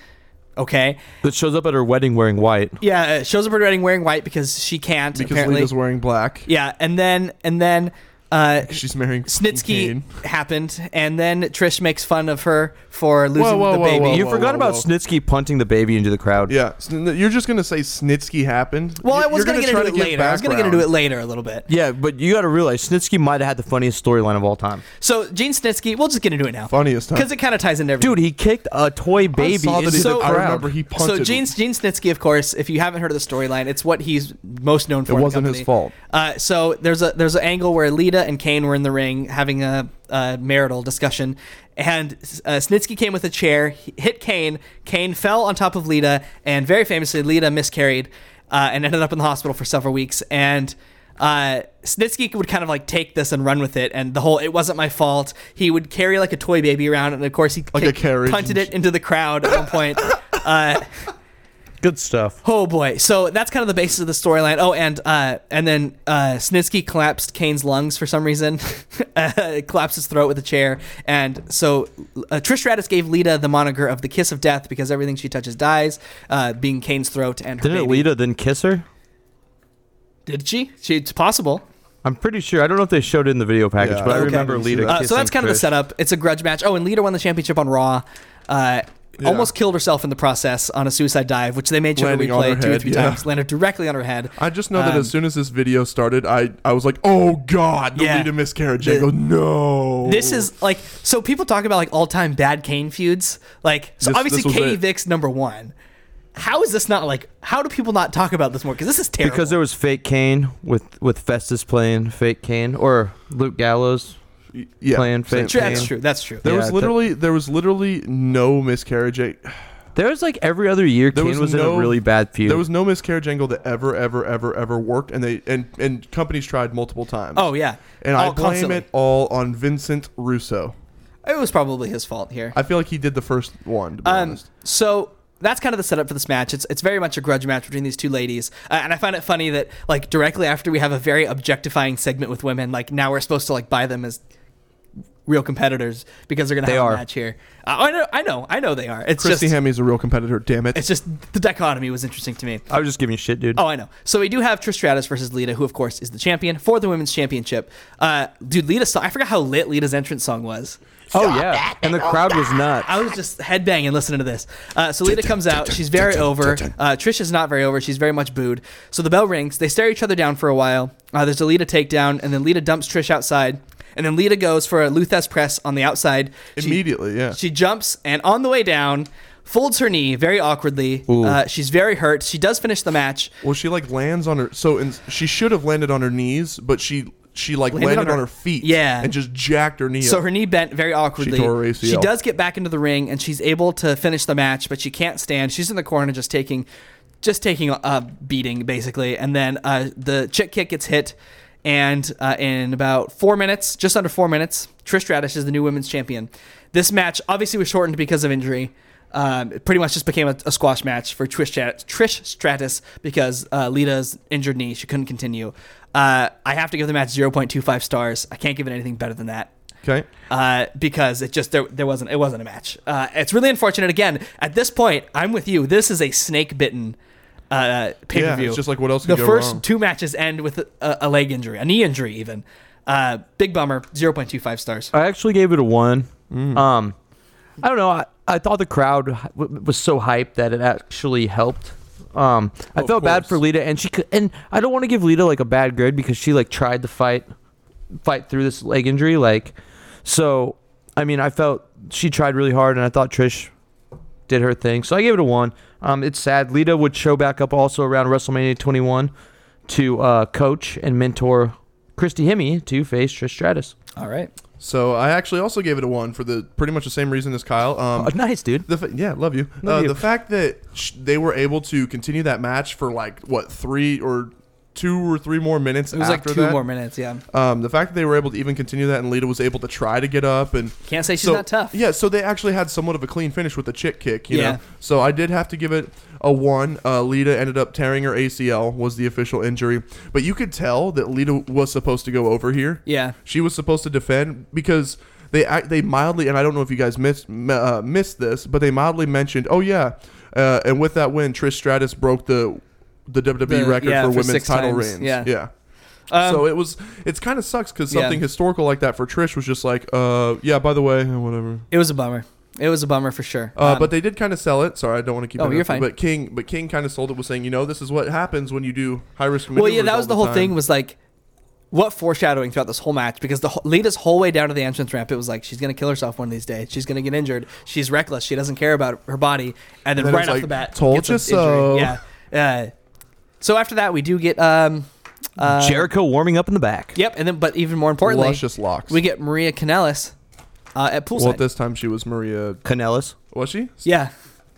A: Okay.
C: that shows up at her wedding wearing white.
A: Yeah, uh, shows up at Reading wearing white because she can't
B: because
A: apparently.
B: Lita's wearing black.
A: yeah, and then and then uh,
B: She's marrying
A: Snitsky
B: Kane.
A: happened, and then Trish makes fun of her for losing
B: whoa,
A: the
B: whoa,
A: baby.
B: whoa,
C: you
B: whoa.
C: forgot about Snitsky punting the baby into the crowd.
B: Yeah, s- n- you're just gonna say Snitsky happened.
A: Well,
B: You-
A: I was
B: you're
A: gonna, get
B: try
A: into it
B: give
A: later. I was gonna get
B: background.
A: into it later a little bit.
C: Yeah, but you got to realize Snitsky might have had the funniest storyline of all time.
A: So Gene Snitsky, we'll just get into it now
B: Funniest time.
A: because it kind of ties into everything.
C: Dude, he kicked a toy baby
B: I saw that
C: into
B: he
C: the
A: so-
B: did- I
C: crowd.
B: remember he punted.
A: So Gene, Gene Snitsky, of course, if you haven't heard of the storyline, it's what he's most known for.
B: It
A: in the
B: wasn't his
A: company.
B: fault.
A: Uh, so there's a there's an angle where Lita and Kane were in the ring having a, a marital discussion, and uh, Snitsky came with a chair, he hit Kane. Kane fell on top of Lita, and very famously, Lita miscarried uh, and ended up in the hospital for several weeks. And uh, Snitsky would kind of like take this and run with it, and the whole "it wasn't my fault." He would carry like a toy baby around, and of course he
B: Like a carriage
A: punted
B: and
A: it into the crowd at one
B: (laughs)
A: point. Uh,
C: Good stuff.
A: Oh boy! So that's kind of the basis of the storyline. Oh, and uh, and then uh, Snitsky collapsed Kane's lungs for some reason, (laughs) uh, collapsed his throat with a chair, and so uh, Trish Stratus gave Lita the moniker of the Kiss of Death because everything she touches dies, uh, being Kane's throat and her
C: Didn't
A: baby.
C: Lita then kiss her?
A: Did she? she? It's possible.
C: I'm pretty sure. I don't know if they showed it in the video package,
B: Yeah,
C: but I
A: okay.
C: remember
B: I didn't see
C: Lita.
B: that.
A: Uh, so that's kind of the
C: setup.
A: setup. It's a grudge match. Oh, and Lita won the championship on Raw. Uh,
B: Yeah.
A: Almost killed herself in the process on a suicide dive, which they made sure to
B: Landing on her
A: replay two or
B: head,
A: three
B: yeah.
A: times. Landed directly on her head.
B: I just know that
A: Um,
B: as soon as this video started, I, I was like, oh god, the
A: Yeah.
B: Lita miscarriage.
A: The-
B: I go, no.
A: This is like so people talk about like all time bad Kane feuds. Like so
B: This-
A: obviously
B: this was
A: Katie
B: it.
A: Vick's number one. How is this not like how do people not talk about this more? Because this is terrible.
C: because there was fake Kane with with Festus playing fake Kane or Luke Gallows.
B: yeah,
C: playing
B: same.
C: fake
A: True, that's
C: Kane.
A: true. That's true.
B: There
C: Yeah,
B: was
C: that-
B: literally there was literally no miscarriage. a-
C: There was like every other year
B: There
C: Kane was,
B: was
C: in
B: no-
C: a really bad feud.
B: There was no miscarriage angle that ever ever ever ever worked, and they and and companies tried multiple times.
A: Oh yeah.
B: and I
A: All
B: blame
A: constantly.
B: it all on Vincent Russo.
A: It was probably his fault here.
B: I feel like he did the first one. To be
A: Um,
B: honest.
A: so that's kind of the setup for this match. It's it's very much a grudge match between these two ladies, uh, and I find it funny that like directly after we have a very objectifying segment with women, like now we're supposed to like buy them as real competitors because they're gonna
C: They
A: have
C: are.
A: a match here. Uh, I know, I know, I know they are. It's
B: Christy
A: just
B: Hammy's a real competitor. Damn it.
A: it's just the dichotomy was interesting to me.
C: I was just giving you shit, dude.
A: Oh, I know. So we do have Trish Stratus versus Lita, who of course is the champion for the women's championship. Uh, dude, Lita, song, I forgot how lit Lita's entrance song was.
C: Oh, yeah, and the crowd was nuts.
A: I was just headbanging listening to this. Uh, so Lita comes out. She's very over. Uh, Trish is not very over. She's very much booed. So the bell rings. They stare each other down for a while. Uh, there's a Lita takedown, and then Lita dumps Trish outside. And then Lita goes for a Luthes press on the outside. She-
B: Immediately, yeah.
A: She jumps, and on the way down, folds her knee very awkwardly. Uh, she's very hurt. She does finish the match.
B: Well, she like lands on her. So and she should have landed on her knees, but she she like landed, on, her, feet.
A: Yeah.
B: and just jacked her knee.
A: So
B: up.
A: her knee bent very awkwardly.
B: She tore her ACL.
A: She does get back into the ring and she's able to finish the match, but she can't stand. She's in the corner just taking, just taking a, a beating basically. And then uh, the chick kick gets hit, And uh, in about four minutes, just under four minutes, Trish Stratus is the new women's champion. This match obviously was shortened because of injury. Um, it pretty much just became a, a squash match for Trish, Strat- Trish Stratus because uh, Lita's injured knee. She couldn't continue. Uh, I have to give the match 0.25 stars. I can't give it anything better than that
B: Okay.
A: uh, because it just there, there wasn't it wasn't a match. Uh, it's really unfortunate. Again, at this point, I'm with you. This is a snake bitten uh, pay per view.
B: it's just like, what else
A: The
B: could go
A: first
B: wrong?
A: two matches end with a, a leg injury, a knee injury, even. Uh, big bummer. Zero point two five stars.
C: I actually gave it a one. Um, I don't know. I, I thought the crowd w- was so hyped that it actually helped. Um, I
B: Of
C: felt bad for
B: course.
C: Lita, and she could, and I don't want to give Lita like a bad grade because she like tried to fight, fight through this leg injury. Like, so I mean, I felt she tried really hard, and I thought Trish did her thing. So I gave it a one. Um, it's sad. Lita would show back up also around WrestleMania 21 to uh, coach and mentor Christy Hemme to face Trish Stratus.
A: All right.
B: So I actually also gave it a one for the pretty much the same reason as Kyle. Um,
C: Oh, nice, dude.
B: The fa- yeah, love you.
C: Love
B: uh,
C: you.
B: The fact that sh- they were able to continue that match for like what three or two or three more minutes.
A: It was like
B: after
A: two
B: that,
A: more minutes. Yeah.
B: Um, the fact that they were able to even continue that, and Lita was able to try to get up, and
A: Can't say she's
B: so-
A: not tough.
B: Yeah, so they actually had somewhat of a clean finish with the chick kick. You
A: Yeah.
B: know, so I did have to give it a one. Uh, Lita ended up tearing her ACL was the official injury, but you could tell that Lita was supposed to go over here.
A: Yeah.
B: She was supposed to defend because they act, they mildly and I don't know if you guys missed m- uh, missed this, but they mildly mentioned, "Oh yeah," uh, and with that win, Trish Stratus broke the the WWE
A: The-
B: record
A: yeah,
B: for,
A: for
B: women's
A: six
B: title
A: times,
B: reigns.
A: yeah.
B: yeah.
A: Um,
B: so it was it's kind of sucks because
A: Yeah.
B: something historical like that for Trish was just like, uh, yeah, by the way, (laughs) and whatever.
A: it was a bummer. It was a bummer for sure.
B: Uh,
A: Um,
B: but they did kind of sell it. Sorry, I don't want to keep.
A: Oh, you're
B: interrupting,
A: fine.
B: But King, but King kind of sold it with saying, you know, this is what happens when you do high risk.
A: Well, yeah, that was the, whole thing. Was like what foreshadowing throughout this whole match because the whole, Lita's whole way down to the entrance ramp, it was like she's gonna kill herself one of these days. She's gonna get injured. She's reckless. She doesn't care about her body. And then,
B: And then it
A: right
B: was
A: off
B: like,
A: the bat,
B: "Told
A: gets
B: you
A: an injury.
B: so.
A: Yeah. Uh, so after that, we do get um, uh,
C: Jericho warming up in the back.
A: Yep, and then but even more importantly,
B: luscious locks.
A: we get Maria Canellis uh, at poolside.
B: well, this time she was Maria.
C: Canellis.
B: Was she
A: yeah,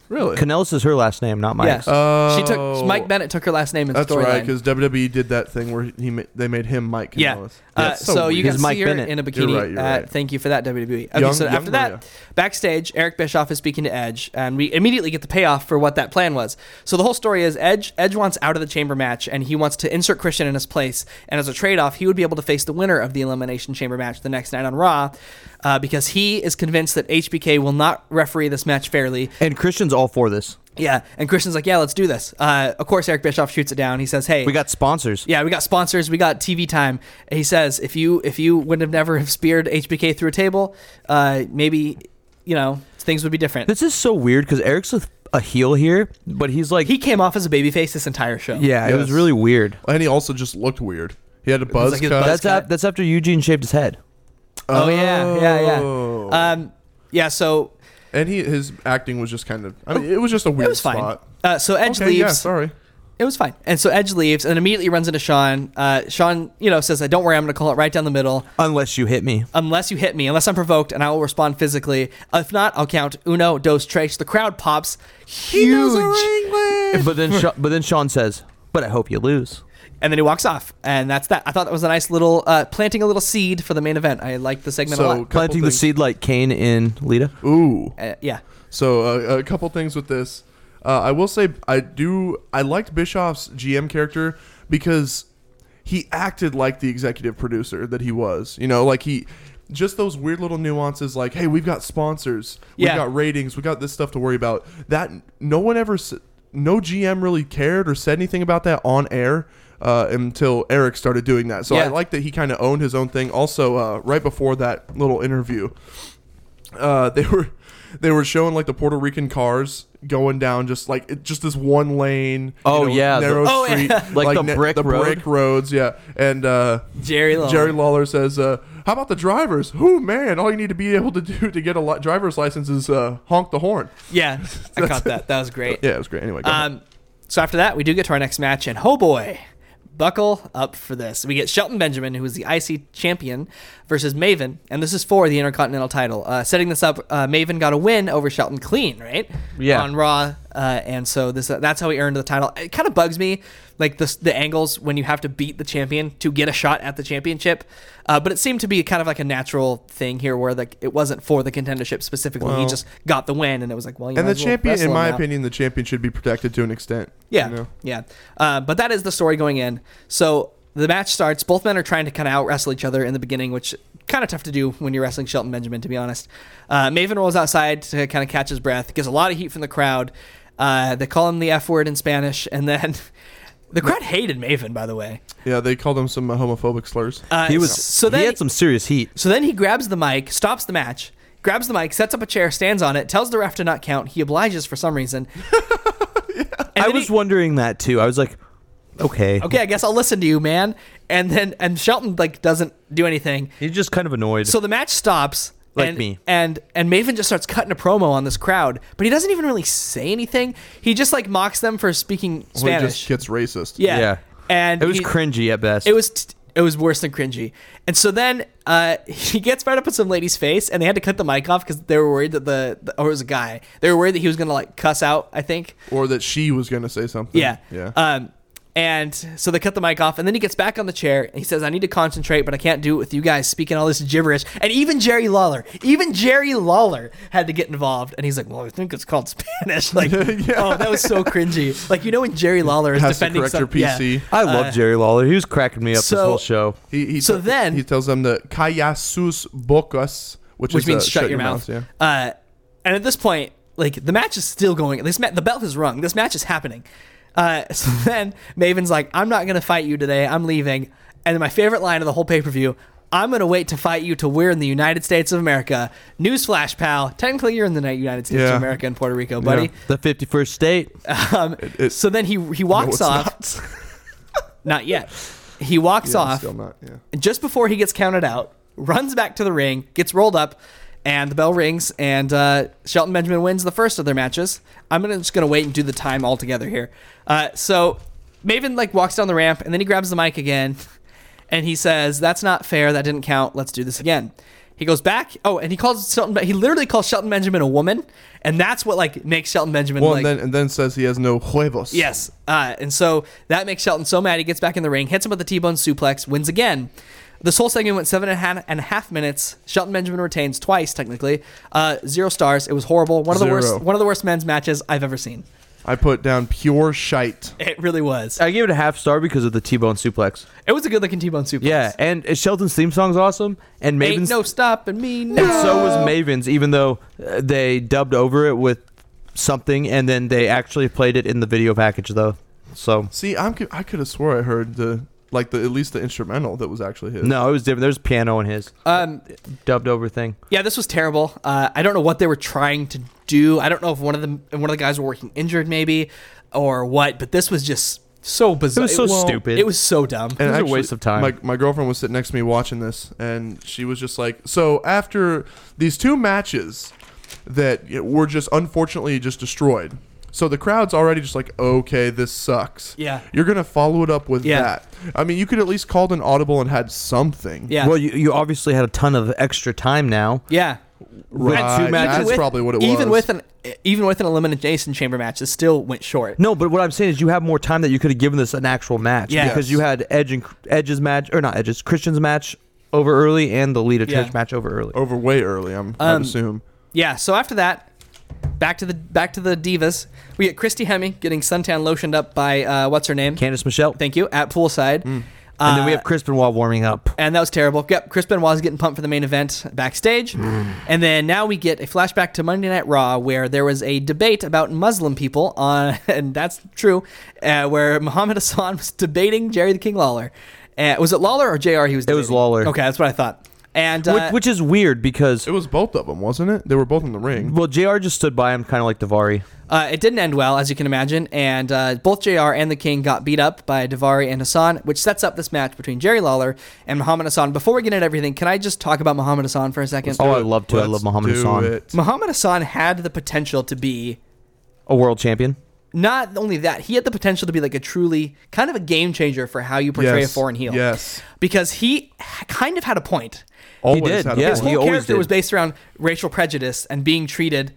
B: really?
C: Canellis is her last name, not
A: yeah.
C: Mike's.
A: she took
B: Oh.
A: Mike Bennett took her last name in
B: That's
A: storyline.
B: right, because WWE E did that thing where he ma- they made him Mike
A: Yeah.
B: Kanellis.
A: Uh,
B: That's
A: so you guys
B: weird.
C: Here's Mike
A: see her
C: Bennett.
A: in a bikini.
B: You're right, you're
A: uh,
B: right.
A: Thank you for that, WWE. Okay,
B: Young-
A: so
B: young
A: after that,
B: Maria.
A: backstage, Eric Bischoff is speaking to Edge, and we immediately get the payoff for what that plan was. So the whole story is Edge Edge wants out of the chamber match, and he wants to insert Christian in his place. And as a trade off, he would be able to face the winner of the Elimination Chamber match the next night on Raw, uh, because he is convinced that HBK will not referee this match fairly,
C: and Christian's all for this.
A: yeah, and Christian's like, yeah, let's do this. Uh, of course, Eric Bischoff shoots it down. He says, hey,
C: We got sponsors.
A: yeah, we got sponsors, we got TV time. And he says, if you if you wouldn't have never have speared HBK through a table, uh, maybe you know things would be different.
C: This is so weird because Eric's a, a heel here, but he's like,
A: he came off as a babyface this entire show.
C: yeah, it was
B: Yes.
C: really weird.
B: (laughs) and he also just looked weird. He had a buzz
A: like his
B: cut.
A: buzz-
C: That's a,
A: cut.
C: that's after Eugene shaved his head.
A: Oh, yeah, yeah,
B: Oh.
A: yeah. Um, yeah. So
B: and he his acting was just kind of. I mean, it was just a
A: Oh,
B: weird
A: it was fine.
B: spot.
A: Uh, so Edge
B: Okay,
A: leaves.
B: yeah, sorry.
A: It was fine. And so Edge leaves and immediately runs into Sean. Uh, Sean, you know, says, "Don't worry, I'm going to call it right down the middle."
C: Unless you hit me.
A: unless you hit me, unless I'm provoked, and I will respond physically. If not, I'll count uno, dos, tres. The crowd pops. Huge. Uh, (laughs)
C: But then, Sha- but then Sean says, "But I hope you lose."
A: And then he walks off. And that's that. I thought that was a nice little uh, planting a little seed for the main event. I liked the segment a
B: So-
A: lot.
B: Couple
C: Planting the
B: things.
C: seed like Cain in Lita.
B: Ooh.
A: Uh, yeah.
B: So uh, a couple things with this. Uh, I will say I do I liked Bischoff's GM character because he acted like the executive producer that he was. You know, like he just those weird little nuances like hey, we've got sponsors,
A: Yeah.
B: we've got ratings, we got this stuff to worry about. That no one ever s- no GM really cared or said anything about that on air. Uh, until Eric started doing that, so I
A: Yeah.
B: like that he kind of owned his own thing. Also, uh, right before that little interview, uh, they were (laughs) they were showing like the Puerto Rican cars going down just like it, just this one lane. you
C: Oh, yeah, (laughs) the-
B: narrow
A: Oh, yeah.
B: street,
C: Like the brick
B: the
C: road.
B: brick roads. Yeah, and uh,
A: Jerry Lawler.
B: Jerry Lawler says, uh, "How about the drivers? Oh man, all you need to be able to (laughs) do to get a li- driver's license is uh, honk the horn."
A: Yeah. I caught that. That was great.
B: Yeah, it was great. Anyway, go ahead.
A: Um, so after that, we do get to our next match, and oh boy, buckle up for this. We get Shelton Benjamin, who is the IC champion, versus Maven, and this is for the Intercontinental title. Uh, setting this up, uh, Maven got a win over Shelton clean, right?
C: Yeah.
A: On Raw Uh, and so this that's how he earned the title. It kind of bugs me, like the the angles when you have to beat the champion to get a shot at the championship. Uh, but it seemed to be kind of like a natural thing here, where like it wasn't for the contendership specifically. he
B: Well-
A: just got the win, and it was like, well, you
B: and
A: might
B: the
A: as well
B: champion, in
A: wrestle him
B: my
A: now.
B: opinion, the champion should be protected to an extent.
A: Yeah,
B: you know?
A: yeah. Uh, but that is the story going in. So the match starts. Both men are trying to kind of out wrestle each other in the beginning, which kind of tough to do when you're wrestling Shelton Benjamin, to be honest. Uh, Maven rolls outside to kind of catch his breath, gets a lot of heat from the crowd. Uh, they call him the F word in Spanish, and then (laughs) the crowd hated Maven, by the way.
B: Yeah, they called him some uh, homophobic slurs.
A: Uh,
C: He was
A: so
C: he
A: then
C: had some serious heat.
A: so then he grabs the mic, stops the match, grabs the mic, sets up a chair, stands on it, tells the ref to not count. He obliges for some
C: (laughs)
A: reason. And
C: I
A: then
C: was
A: he-
C: wondering that too. I was like, okay,
A: okay, I guess I'll listen to you, man. And then and Shelton like doesn't do anything.
C: he's just kind of annoyed.
A: So the match stops.
C: Like
A: and,
C: me.
A: and and Maven just starts cutting a promo on this crowd, but he doesn't even really say anything. He just like mocks them for speaking
B: Well, he
A: Spanish.
B: just gets racist.
A: yeah.
C: Yeah.
A: and
C: it was
A: he-
C: cringy at best.
A: It was t- it was worse than cringy. And so then uh, he gets right up in some lady's face, and they had to cut the mic off because they were worried that the, the or it was a guy. They were worried that he was gonna like cuss out. I think.
B: Or that she was going to say something.
A: Yeah.
B: Yeah.
A: Um, and so they cut the mic off, and then he gets back on the chair and he says, "I need to concentrate, but I can't do it with you guys speaking all this gibberish." And even Jerry Lawler, even Jerry Lawler had to get involved, and he's like, "Well, I think it's called Spanish." (laughs)
B: (laughs)
A: Like, oh, that was so cringy. Like, you know when Jerry Lawler is
B: Has to
A: defending
B: correct
A: some-
B: your PC.
A: yeah.
C: I love Jerry Lawler. He was cracking me up this
A: so-
C: whole show.
B: He, he
A: So
B: t-
A: then-
B: he tells them to calla sus bocas, which,
A: which
B: is,
A: means
B: uh,
A: shut, your mouth.
B: Yeah.
A: Uh, and at this point, like the match is still going. This ma- the bell has rung. This match is happening. Uh, (laughs) so then Maven's like, "I'm not gonna fight you today. I'm leaving." And then my favorite line of the whole pay per view. I'm gonna wait to fight you till we're in the United States of America. Newsflash, pal. Technically, you're in the United States
B: Yeah.
A: of America and Puerto Rico, buddy.
C: The 51st state.
A: Um,
B: it-
A: so then he he walks
B: it's
A: off.
B: (laughs)
A: Not. yet. He walks
B: Yeah,
A: off
B: Still not. Yeah.
A: just before he gets counted out, runs back to the ring, gets rolled up, and the bell rings, and uh, Shelton Benjamin wins the first of their matches. I'm gonna just gonna wait and do the time altogether here. Uh, so Maven like walks down the ramp, and then he grabs the mic again, and he says, "That's not fair. That didn't count. Let's do this again." He goes back. Oh, and he calls Shelton. He literally calls Shelton Benjamin a woman, and that's what like makes Shelton Benjamin
B: Well,
A: like
B: and then and then says he has no huevos.
A: Yes. Uh, and so that makes Shelton so mad he gets back in the ring, hits him with the T-bone suplex, wins again. This whole segment went seven and a half, and a half minutes. Shelton Benjamin retains twice, technically. Uh, zero stars. It was horrible. One of the
B: Zero.
A: worst. One of the worst men's matches I've ever seen.
B: I put down pure shite.
A: It really was.
C: I gave it a half star because of the T-bone suplex.
A: It was a good-looking T-bone suplex.
C: Yeah, and uh, Shelton's theme song's awesome, and
A: Ain't
C: Maven's
A: no stopping me
C: and
A: now.
C: so was Maven's, even though uh, they dubbed over it with something, and then they actually played it in the video package though. So
B: See, I'm co- I could have swore I heard the like the at least the instrumental that was actually his.
C: no, it was different. There's piano in his
A: Um,
C: dubbed over thing.
A: yeah, this was terrible. Uh, I don't know what they were trying to do. I don't know if one of them, one of the guys were working injured, maybe, or what. But this was just so bizarre.
C: so stupid.
A: It was so dumb.
C: It was a waste of time.
B: My, my girlfriend was sitting next to me watching this, and she was just like, "So after these two matches that you know, were just unfortunately just destroyed, so the crowd's already just like, okay, this sucks.
A: Yeah.
B: you're gonna follow it up with
A: Yeah.
B: that. I mean, you could at least called an audible and had something.
A: Yeah.
C: Well, you, you obviously had a ton of extra time now.
A: Yeah.
B: Right,
C: two matches-
B: that's
A: with-
B: probably what it was.
A: even with an even with an elimination chamber match, this still went short.
C: No, but what I'm saying is you have more time that you could have given this an actual match
A: Yeah.
C: because you had Edge and Edge's match or not Edge's Christian's match over early and the Lita
A: Yeah.
C: Church match over early.
B: over way early. I'm
A: Um,
B: I'd assume.
A: Yeah. So after that, back to the back to the divas. We get Christy Hemme getting suntan lotioned up by uh, what's her name?
C: Candice Michelle.
A: Thank you at poolside.
C: and then we
A: Uh,
C: have Chris Benoit warming up.
A: and that was terrible. Yep, Chris Benoit's getting pumped for the main event backstage.
C: Mm.
A: And then now we get a flashback to Monday Night Raw where there was a debate about Muslim people on (laughs) and that's true, uh, where Muhammad Hassan was debating Jerry the King Lawler. Uh, was it Lawler or JR he was
C: It
A: debating?
C: was Lawler.
A: Okay, that's what I thought. And uh,
C: which, which is weird because
B: It was both of them, wasn't it? They were both in the ring.
C: well, Jr. just stood by him, kind of like Davari.
A: Uh, it didn't end well, as you can imagine, and uh, both JR and the King got beat up by Davari and Hassan, which sets up this match between Jerry Lawler and Muhammad Hassan. Before we get into everything, can I just talk about Muhammad Hassan for a second?
C: Oh, I love to. I love Muhammad
B: do
C: Hassan,
B: it.
A: Muhammad Hassan had the potential to be
C: a world champion.
A: not only that, he had the potential to be like a truly kind of a game changer for how you portray
B: Yes,
A: a foreign heel.
B: yes.
A: Because he h- kind of had a point.
B: Always
C: did,
B: had a
C: yeah.
B: point.
A: His whole
C: always
A: character
C: did.
A: was based around racial prejudice and being treated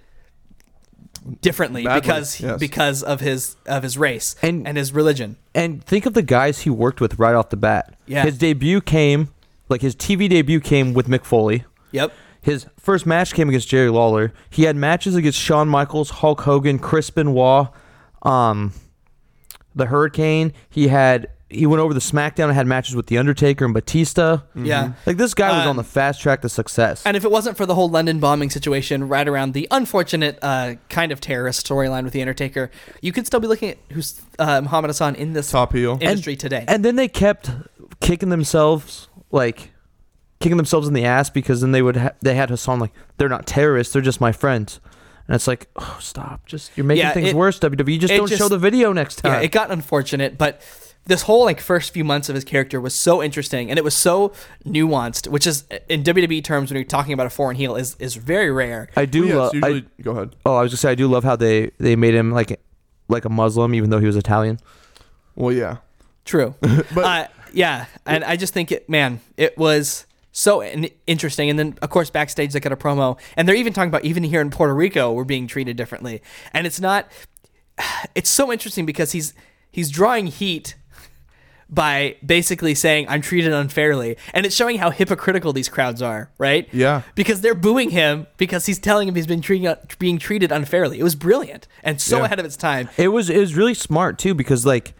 A: differently
B: Badly,
A: because
B: yes.
A: because of his of his race
C: And-
A: and his religion.
C: And think of the guys he worked with right off the bat.
A: Yeah.
C: His debut came, like his TV debut came with Mick Foley.
A: Yep.
B: Mm-hmm.
C: His first match came against Jerry Lawler. He had matches against Shawn Michaels, Hulk Hogan, Chris Benoit, um, the Hurricane. He had he went over the SmackDown and had matches with the Undertaker and Batista.
A: Yeah.
C: Like this guy was
A: Mm. Um,
C: on the fast track to success.
A: And if it wasn't for the whole London bombing situation right around the unfortunate uh, kind of terrorist storyline with the Undertaker, you could still be looking at who's uh, Muhammad Hassan in this
B: Top heel.
A: industry today.
C: And then they kept kicking themselves, like kicking themselves in the ass because then they would ha- they had Hassan like they're not terrorists, they're just my friends. And it's like, oh, stop! Just you're making
A: Yeah,
C: things
A: it-
C: worse. WWE just
A: it
C: don't show
A: just-
C: the video next time.
A: yeah, it got unfortunate, but this whole like first few months of his character was so interesting and it was so nuanced, which is in WWE terms when you're talking about a foreign heel is is very rare.
C: uh, I do.
B: Well, yeah,
C: love.
B: it's usually, go ahead.
C: oh, I was gonna say I do love how they they made him like like a Muslim, even though he was Italian.
B: Well, yeah.
C: (laughs)
A: True.
B: But-
A: uh, yeah, and I just think it, man, it was so in- interesting. And then, of course, backstage they cut a promo, and they're even talking about even here in Puerto Rico we're being treated differently, and it's not. (sighs) It's so interesting because he's he's drawing heat by basically saying I'm treated unfairly, and it's showing how hypocritical these crowds are, right?
B: Yeah.
A: because they're booing him because he's telling him he's been treating, being treated unfairly. It was brilliant and so
B: Yeah.
A: ahead of its time.
C: It was it was really smart too because like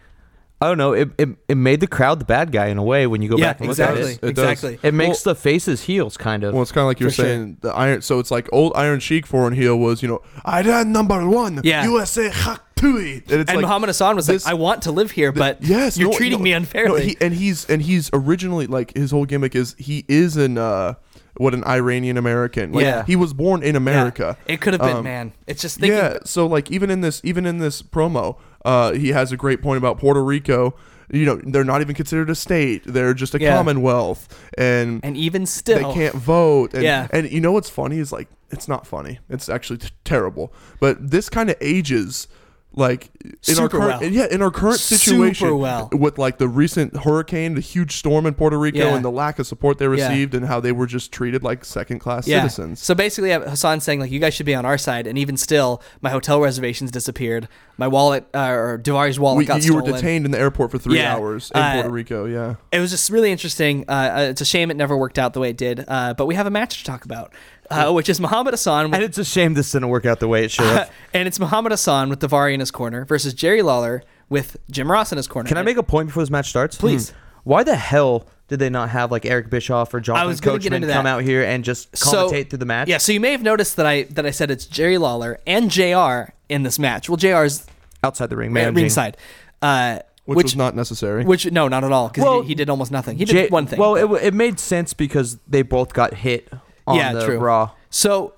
C: I don't know it it, it made the crowd the bad guy in a way when you go
A: yeah,
C: back and look
A: exactly,
C: at it.
B: It does.
A: exactly.
C: It makes the faces heels kind of.
B: Well, it's kind of like you're
A: For sure.
B: saying the iron. So it's like old Iron Sheik foreign heel was, you know, Iran number one,
A: Yeah.
B: USA Haktui. And it's
A: and
B: like,
A: Muhammad Hassan was
B: this-
A: like, "I want to live here, but
B: yes,
A: you're
B: no,
A: treating
B: no,
A: me
B: no,
A: unfairly."
B: he, and he's and he's originally like his whole gimmick is he is an uh, what an Iranian American. Like,
A: Yeah.
B: he was born in
A: Yeah.
B: America.
A: It could have been,
B: Um,
A: man. It's just thinking.
B: yeah, so like even in this even in this promo, uh, he has a great point about Puerto Rico. You know, they're not even considered a state; they're just a
A: Yeah.
B: commonwealth, and,
A: And even
B: they
A: still,
B: can't vote. And,
A: Yeah.
B: and you know what's funny is like it's not funny; it's actually t- terrible. But this kind of ages like in our
A: Super
B: current
A: well.
B: yeah in our current
A: Super
B: situation
A: well.
B: with like the recent hurricane, the huge storm in Puerto Rico,
A: Yeah.
B: and the lack of support they
A: Yeah.
B: received, and how they were just treated like second class
A: yeah.
B: citizens.
A: So basically, uh, Hassan's saying like, "You guys should be on our side." And even still, my hotel reservations disappeared. My wallet uh, or Divari's wallet
B: We, you
A: got stolen.
B: were detained in the airport for three
A: Yeah.
B: hours in
A: Uh,
B: Puerto Rico. Yeah.
A: It was just really interesting. Uh, Uh, it's a shame it never worked out the way it did. Uh, but we have a match to talk about, uh, which is Muhammad Hassan. with- (laughs)
C: and it's a shame this didn't work out the way it should have.
A: and it's Muhammad Hassan with Divari in his corner versus Jerry Lawler with Jim Ross in his corner.
C: (laughs) Can I make a point before this match starts?
A: Please.
C: Hmm. Why the hell did they not have like Eric Bischoff or Jonathan
A: was gonna get
C: Coachman
A: into that.
C: come out here and just
A: So-
C: commentate through the match?
A: Yeah, so you may have noticed that I that I said it's Jerry Lawler and JR in this match. Well, JR's
C: outside the ring,
A: at
C: man.
A: ringside. Uh,
B: which,
A: which,
B: was
A: which,
B: not necessary.
A: no, not at all because
C: Well,
A: he, did almost nothing. He did one thing.
C: Well, it, w- it made sense because they both got hit on
A: Yeah,
C: the
A: true.
C: Raw.
A: so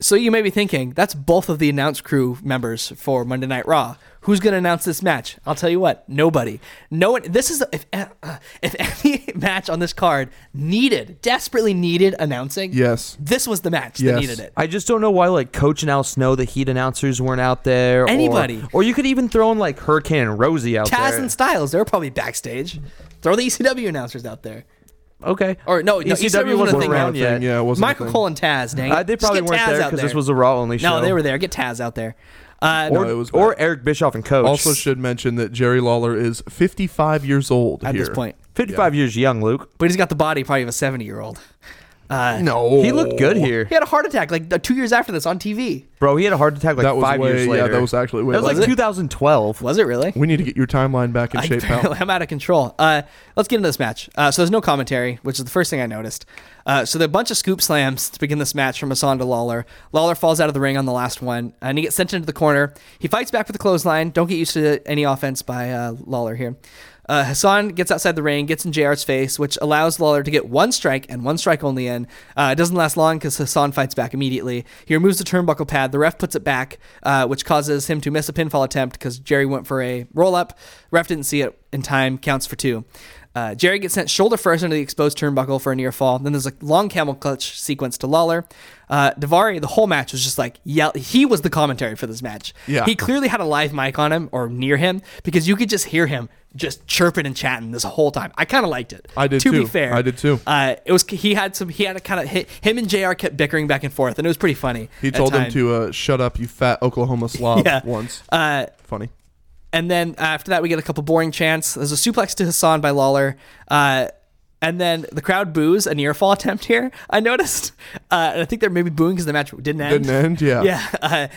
A: so you may be thinking that's both of the announce crew members for Monday Night Raw. Who's going to announce this match? I'll tell you what, nobody. No one. This is if uh, if any (laughs) match on this card needed desperately needed announcing.
B: Yes.
A: this was the match that
B: Yes.
A: needed it.
C: I just don't know why like Coach and Al Snow, the Heat announcers weren't out there. or-
A: Anybody.
C: Or, you could even throw in like Hurricane and Rosie out
A: Taz
C: there.
A: and Styles, they're probably backstage. Throw the ECW announcers out there.
C: okay. E
A: Or no, no ECW wasn't a thing.
C: around
A: yet.
C: yet.
B: Yeah, it wasn't a
A: Michael
B: thing.
A: Cole and Taz, dang.
C: Uh,
A: it.
C: they
A: Just
C: probably
A: get
C: weren't
A: Taz
C: there
A: out
C: because this
A: there.
C: was a Raw only show.
A: No, they were there. Get Taz out there. Uh,
C: Or,
B: No, it was
C: or
B: bad.
C: Eric Bischoff and Coach.
B: Also, should mention that Jerry Lawler is 55 years old
A: at
B: here.
A: this point,
C: 55 years young, Luke.
A: but he's got the body probably of a seventy-year-old. Uh,
B: No,
C: He looked good here.
A: He had a heart attack like uh, two years after this on TV.
C: Bro, he had a heart attack like
B: That was
C: five years
B: way-
C: later.
B: yeah, that was actually way
C: That was
B: later.
C: like 2012.
A: Was it really?
B: We need to get your timeline back in
A: (laughs)
B: shape, pal.
A: I'm out of control. Uh, let's get into this match. Uh, so there's no commentary, which is the first thing I noticed. Uh, so there are a bunch of scoop slams to begin this match from Hassan to Lawler. Lawler falls out of the ring on the last one, and he gets sent into the corner. He fights back with the clothesline. Don't get used to any offense by uh, Lawler here. Uh, Hassan gets outside the ring, gets in JR's face, which allows Lawler to get one strike and one strike only in. Uh, it doesn't last long because Hassan fights back immediately. He removes the turnbuckle pad. The ref puts it back, uh, which causes him to miss a pinfall attempt because Jerry went for a roll up. Ref didn't see it in time, counts for two. Uh, Jerry gets sent shoulder first into the exposed turnbuckle for a near fall. Then there's a long camel clutch sequence to Lawler. Uh, Davari, the whole match was just like yell. He was the commentary for this match.
B: Yeah.
A: He clearly had a live mic on him or near him because you could just hear him just chirping and chatting this whole time. I kind of liked it.
B: I did
A: to be
B: too.
A: fair,
B: I did too.
A: Uh, it was he had some he had a kind of him and Jr. kept bickering back and forth, and it was pretty funny.
B: He
A: at
B: told him
A: times.
B: to uh, shut up, you fat Oklahoma slob.
A: Yeah.
B: Once,
A: Uh,
B: funny.
A: and then after that, we get a couple boring chants. There's a suplex to Hassan by Lawler. Uh, and then the crowd boos a near fall attempt here. I noticed. Uh, and I think they're maybe booing because the match didn't end.
B: Didn't end. Yeah.
A: Yeah. Uh,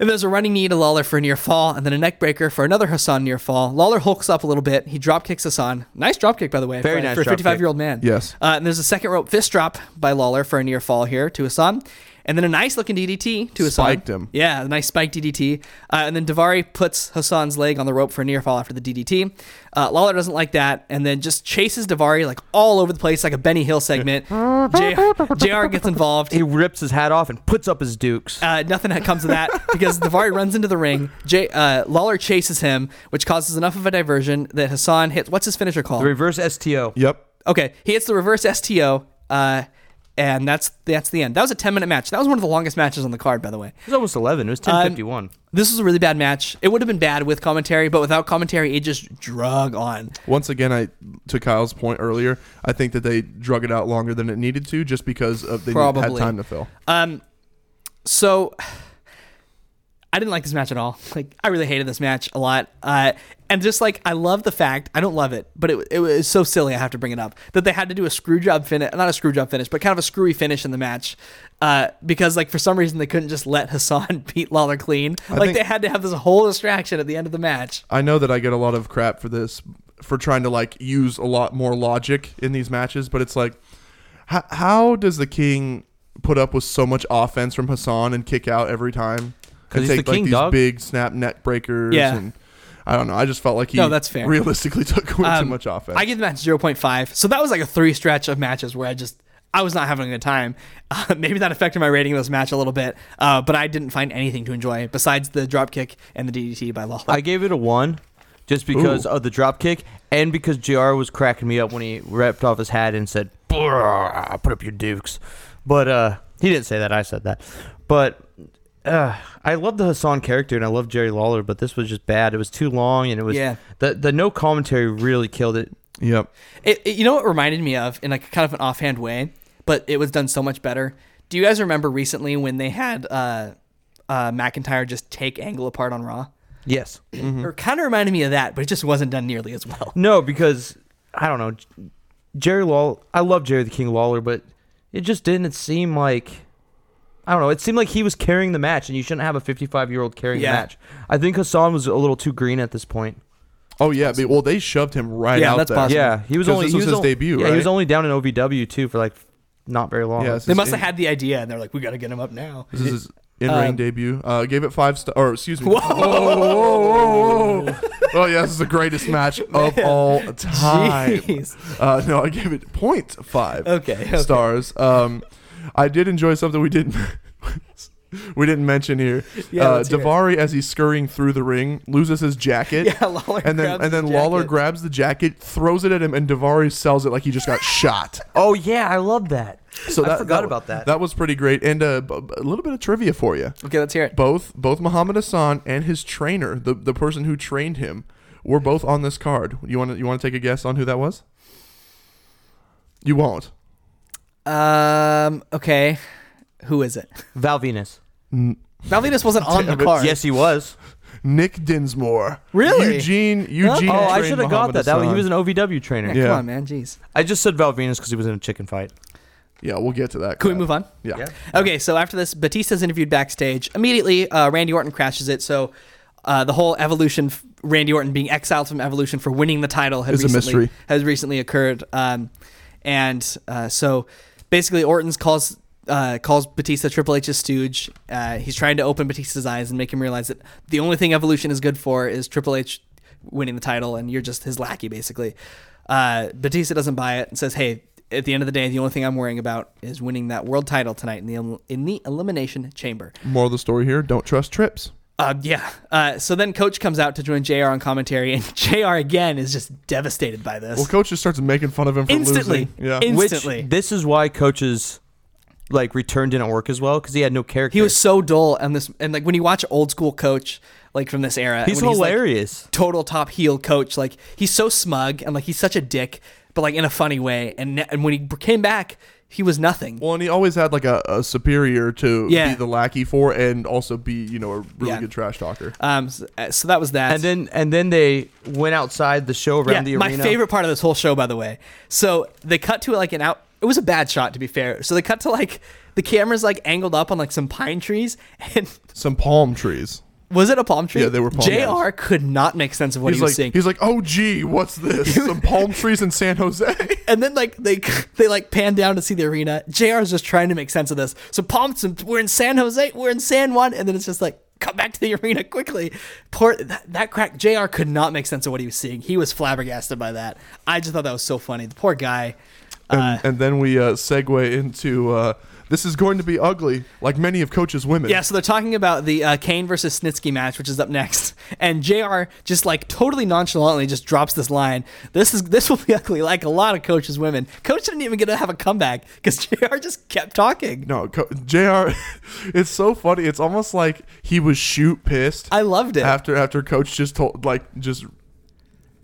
A: and there's a running knee to Lawler for a near fall, and then a neck breaker for another Hassan near fall. Lawler hulks up a little bit. He drop kicks Hassan. Nice drop kick, by the way.
C: Very
A: for,
C: nice
A: for a
C: drop
A: 55
C: kick.
A: year old man.
B: Yes.
A: Uh, and there's a second rope fist drop by Lawler for a near fall here to Hassan. And then a nice looking DDT to Hassan.
B: Spiked him.
A: Yeah, a nice spiked DDT. Uh, and then Davari puts Hassan's leg on the rope for a near fall after the DDT. Uh, Lawler doesn't like that and then just chases Davari like all over the place like a Benny Hill segment. JR, JR gets involved.
C: He rips his hat off and puts up his dukes.
A: Uh, nothing that comes of that because Davari (laughs) runs into the ring. Jay, uh, Lawler chases him, which causes enough of a diversion that Hassan hits. What's his finisher called?
C: The reverse STO.
B: Yep.
A: okay, he hits the reverse STO, uh, and that's that's the end. That was a ten minute match. That was one of the longest matches on the card, by the way.
C: It was almost 11. It was 1051.
A: This was a really bad match. It would have been bad with commentary, but without commentary, it just drug on.
B: Once again, I to Kyle's point earlier, I think that they drug it out longer than it needed to, just because of they had
A: Probably.
B: time to fill.
A: So (sighs) I didn't like this match at all. (laughs) Like I really hated this match a lot. Uh, and just like I love the fact, I don't love it, but it, it was so silly. I have to bring it up that they had to do a screw job finish, not a screw job finish, but kind of a screwy finish in the match, uh, because like for some reason they couldn't just let Hassan (laughs) beat Lawler clean. like
B: think-
A: they had to have this whole distraction at the end of the match.
B: I know that I get a lot of crap for this for trying to like use a lot more logic in these matches, but it's like how, how does the king put up with so much offense from Hassan and kick out every time?
C: 'Cause
B: And
C: he's the
B: like
C: king,
B: these
C: dog.
B: big snap net breakers
A: Yeah.
B: and I don't know. I just felt like he
A: No, that's fair.
B: realistically (laughs) took away
A: Um,
B: too much offense.
A: I give the match 0.5. So that was like a three stretch of matches where I just I was not having a good time. (laughs) Uh, maybe that affected my rating of this match a little bit, uh, but I didn't find anything to enjoy besides the drop kick and the DDT by Lawler.
C: I gave it a 1 just because of the drop kick and because JR was cracking me up when he ripped off his hat and said, "Brrr, put up your dukes. But uh, he didn't say that. I said that. But uh, I love the Hassan character and I love Jerry Lawler, but this was just bad. It was too long and it was.
A: Yeah.
C: The, the no commentary really killed it.
B: yep.
A: It, it- you know what it reminded me of in like kind of an offhand way, but it was done so much better. Do you guys remember recently when they had uh, uh, McIntyre just take Angle apart on Raw?
C: Yes.
A: It kind of reminded me of that, but it just wasn't done nearly as (laughs) well.
C: No, because I don't know. J- Jerry Lawler. I love Jerry the King Lawler, but it just didn't seem like. I don't know. It seemed like he was carrying the match, and you shouldn't have a 55 year old carrying
A: Yeah.
C: the match. I think Hassan was a little too green at this point.
B: Oh yeah. but- Well, they shoved him right
A: Yeah,
B: out
A: that's
B: there.
A: possible.
C: Yeah, he was
B: 'Cause
C: only
B: this
C: he
B: was his
C: only-
B: debut,
C: Yeah, he was
B: right?
C: only down in OVW too for like not very long.
B: Yeah, this
A: They
B: is
A: must have
B: in-
A: had the idea, and they're like, "We got to get him up now."
B: This is his in-ring
A: Um,
B: debut. Uh, gave it five stars. Or excuse me. Whoa! whoa, whoa, whoa. oh yeah, this is the greatest match of all time.
A: Jeez.
B: Uh, no, I gave it point five
A: Okay, okay.
B: stars. Um, I did enjoy something we didn't. (laughs) We didn't mention here.
A: Yeah,
B: uh,
A: let's hear it.
B: Davari, as he's scurrying through the ring, loses his jacket.
A: (laughs) Yeah, Lawler
B: and then
A: grabs
B: and then
A: his
B: Lawler
A: jacket.
B: grabs the jacket, throws it at him, and Davari sells it like he
A: (laughs)
B: just got shot.
C: Oh yeah, I love that.
B: So that,
C: I forgot
B: that-
C: about that.
B: That was pretty great. And uh, b- b- a little bit of trivia for you
A: Okay, let's hear it.
B: both both Muhammad Hassan and his trainer, the the person who trained him, were both on this card. You want to you want to take a guess on who that was? You won't.
A: Um. Okay. Who is it?
C: Val Venus.
A: Valvinus
B: (laughs)
A: wasn't on the
B: Damn it.
A: card.
C: Yes, he was.
B: Nick Dinsmore.
A: Really?
B: Eugene Eugene.
A: Yeah,
C: oh, I
B: trained
C: should have got
B: Muhammad
C: that. That was, he
B: Hassan.
C: was an OVW trainer.
A: Come
B: Yeah.
A: on, man. Jeez.
C: I just said Val Venus because he was in a chicken fight.
B: Yeah, we'll get to that.
A: Can we
B: crap.
A: move on?
B: Yeah.
A: Okay. So after this, Batista's interviewed backstage. Immediately, uh, Randy Orton crashes it. So uh, the whole Evolution, Randy Orton being exiled from Evolution for winning the title, has
B: Is a
A: recently
B: mystery.
A: has recently occurred. Um, and uh, so basically, Orton's calls. Uh, calls Batista Triple H's stooge. Uh, he's trying to open Batista's eyes and make him realize that the only thing Evolution is good for is Triple H winning the title, and you're just his lackey, basically. Uh, Batista doesn't buy it and says, "Hey, at the end of the day, the only thing I'm worrying about is winning that world title tonight in the el- in the elimination chamber."
B: Moral of the story here: Don't trust trips.
A: Um, yeah. Uh, so then Coach comes out to join JR on commentary, and (laughs) JR again is just devastated by this.
B: Well, coach just starts making fun of him for
A: Instantly.
B: losing. Yeah.
A: In-
C: Which
A: Instantly.
C: this is why coaches like return didn't work as well because he had no character.
A: he was so dull, and this, and like when you watch old school Coach, like from this era,
C: he's
A: when like,
C: hilarious.
A: total top heel coach. Like he's so smug and like he's such a dick, but like in a funny way. And and when he came back, he was nothing.
B: well, and he always had like a, a superior to
A: Yeah.
B: be the lackey for, and also be you know a really
A: Yeah.
B: good trash talker.
A: Um, so, uh, so that was that.
C: and then and then they went outside the show around the
A: my
C: arena.
A: favorite part of this whole show, by the way. So they cut to like an out. It was a bad shot, to be fair. So they cut to like the camera's like angled up on like some pine trees, (laughs) and
B: Some palm trees.
A: was it a palm tree?
B: Yeah, they were palm trees.
A: Jr. could not make sense of what
B: He's
A: he was
B: like
A: seeing.
B: he's like, oh gee,
A: (laughs)
B: what's this? Some palm trees in San Jose.
A: and then like they (laughs) they like pan down to see the arena. JR's just trying to make sense of this. So Palms, we're in San Jose, we're in San Juan, and then it's just like come back to the (laughs) arena quickly. Poor that, that crack. JR could not make sense of what he was seeing. He was flabbergasted by that. I just thought that was so funny. The poor guy. (laughs) Uh,
B: and, and then we uh, segue into uh, this is going to be ugly, like many of Coach's women.
A: yeah, so they're talking about the uh, Kane versus Snitsky match, which is up next, (laughs) and Jr. just like totally nonchalantly just drops this line. This is this will be (laughs) ugly, like a lot of coaches' women. Coach didn't even get to have a comeback (laughs) because Jr. just kept talking.
B: No, Co- Jr. (laughs) it's so funny. It's almost like he was shoot pissed
A: I loved it.
B: after after Coach just told like just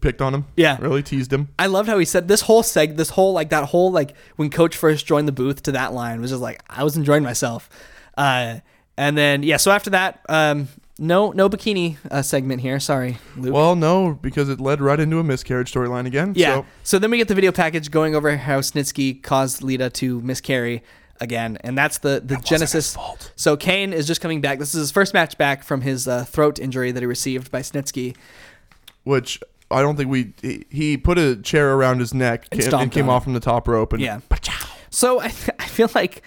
B: picked on him.
A: Yeah.
B: really teased him.
A: I loved how he said this whole seg, this whole like that whole like when Coach first joined the booth to that line was just like I was enjoying myself, uh, and then yeah. So after that, um, no no bikini uh, segment here. Sorry, Luke.
B: Well, no, because it led right into a miscarriage storyline again.
A: yeah. So.
B: So,
A: then we get the video package going over how Snitsky caused Lita to miscarry again, and that's the the genesis.
B: fault.
A: So Kane is just coming back. This is his first match back from his uh, throat injury that he received by Snitsky.
B: which I don't think we he, he put a chair around his neck ca- and,
A: stomped
B: came
A: on
B: off from the top rope and
A: Yeah.
B: pachow.
A: So I, (laughs) I feel like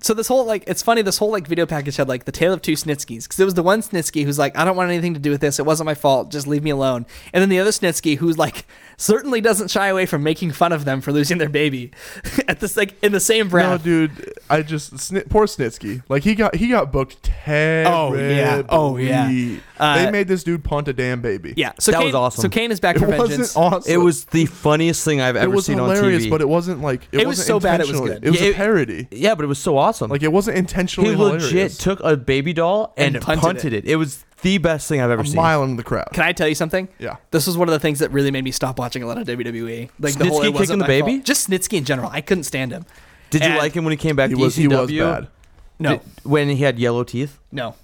A: so this whole like it's funny this whole like video package had like the tale of two Snitskys because it was the one Snitsky who's like I don't want anything to do with this it wasn't my fault just leave me alone and then the other Snitsky who's like certainly doesn't shy away from making fun of them for losing their baby (laughs) at this like in the same
B: No,
A: breath.
B: dude, I just Sni- poor Snitsky. Like he got he got booked
A: Oh,
B: terribly.
A: yeah. Oh, yeah. Uh,
B: they made this dude punt a damn baby.
A: yeah, so
C: That
A: Kane,
C: was awesome.
A: So Kane is back
B: it
A: for
B: wasn't
A: vengeance.
B: awesome.
C: It was the funniest thing I've
B: it
C: ever
B: was
C: seen
B: hilarious,
C: on TV.
B: but it wasn't like it,
A: It was
B: wasn't
A: so bad it was
B: intentionally-
A: good.
B: It was
C: Yeah,
B: a
C: it-
B: parody.
C: yeah, but it was so awesome.
B: Like it wasn't
C: he
B: intentionally
C: legit
B: hilarious.
C: took a baby doll and,
A: And punted
C: punted, it. it. was the best thing I've ever
B: a
C: seen.
B: mile into the crowd.
A: Can I tell you something?
B: Yeah.
A: This was one of the things that really made me stop watching a lot of WWE. Like the whole
C: Snitsky
A: it wasn't
C: kicking the
A: my fault.
C: baby?
A: Just Snitsky in general. I couldn't stand him.
C: Did you
A: And-
C: like him when he came back
B: he
C: to
B: was
C: ECW?
B: he was bad.
A: No,
C: Did- when he had yellow teeth.
A: no.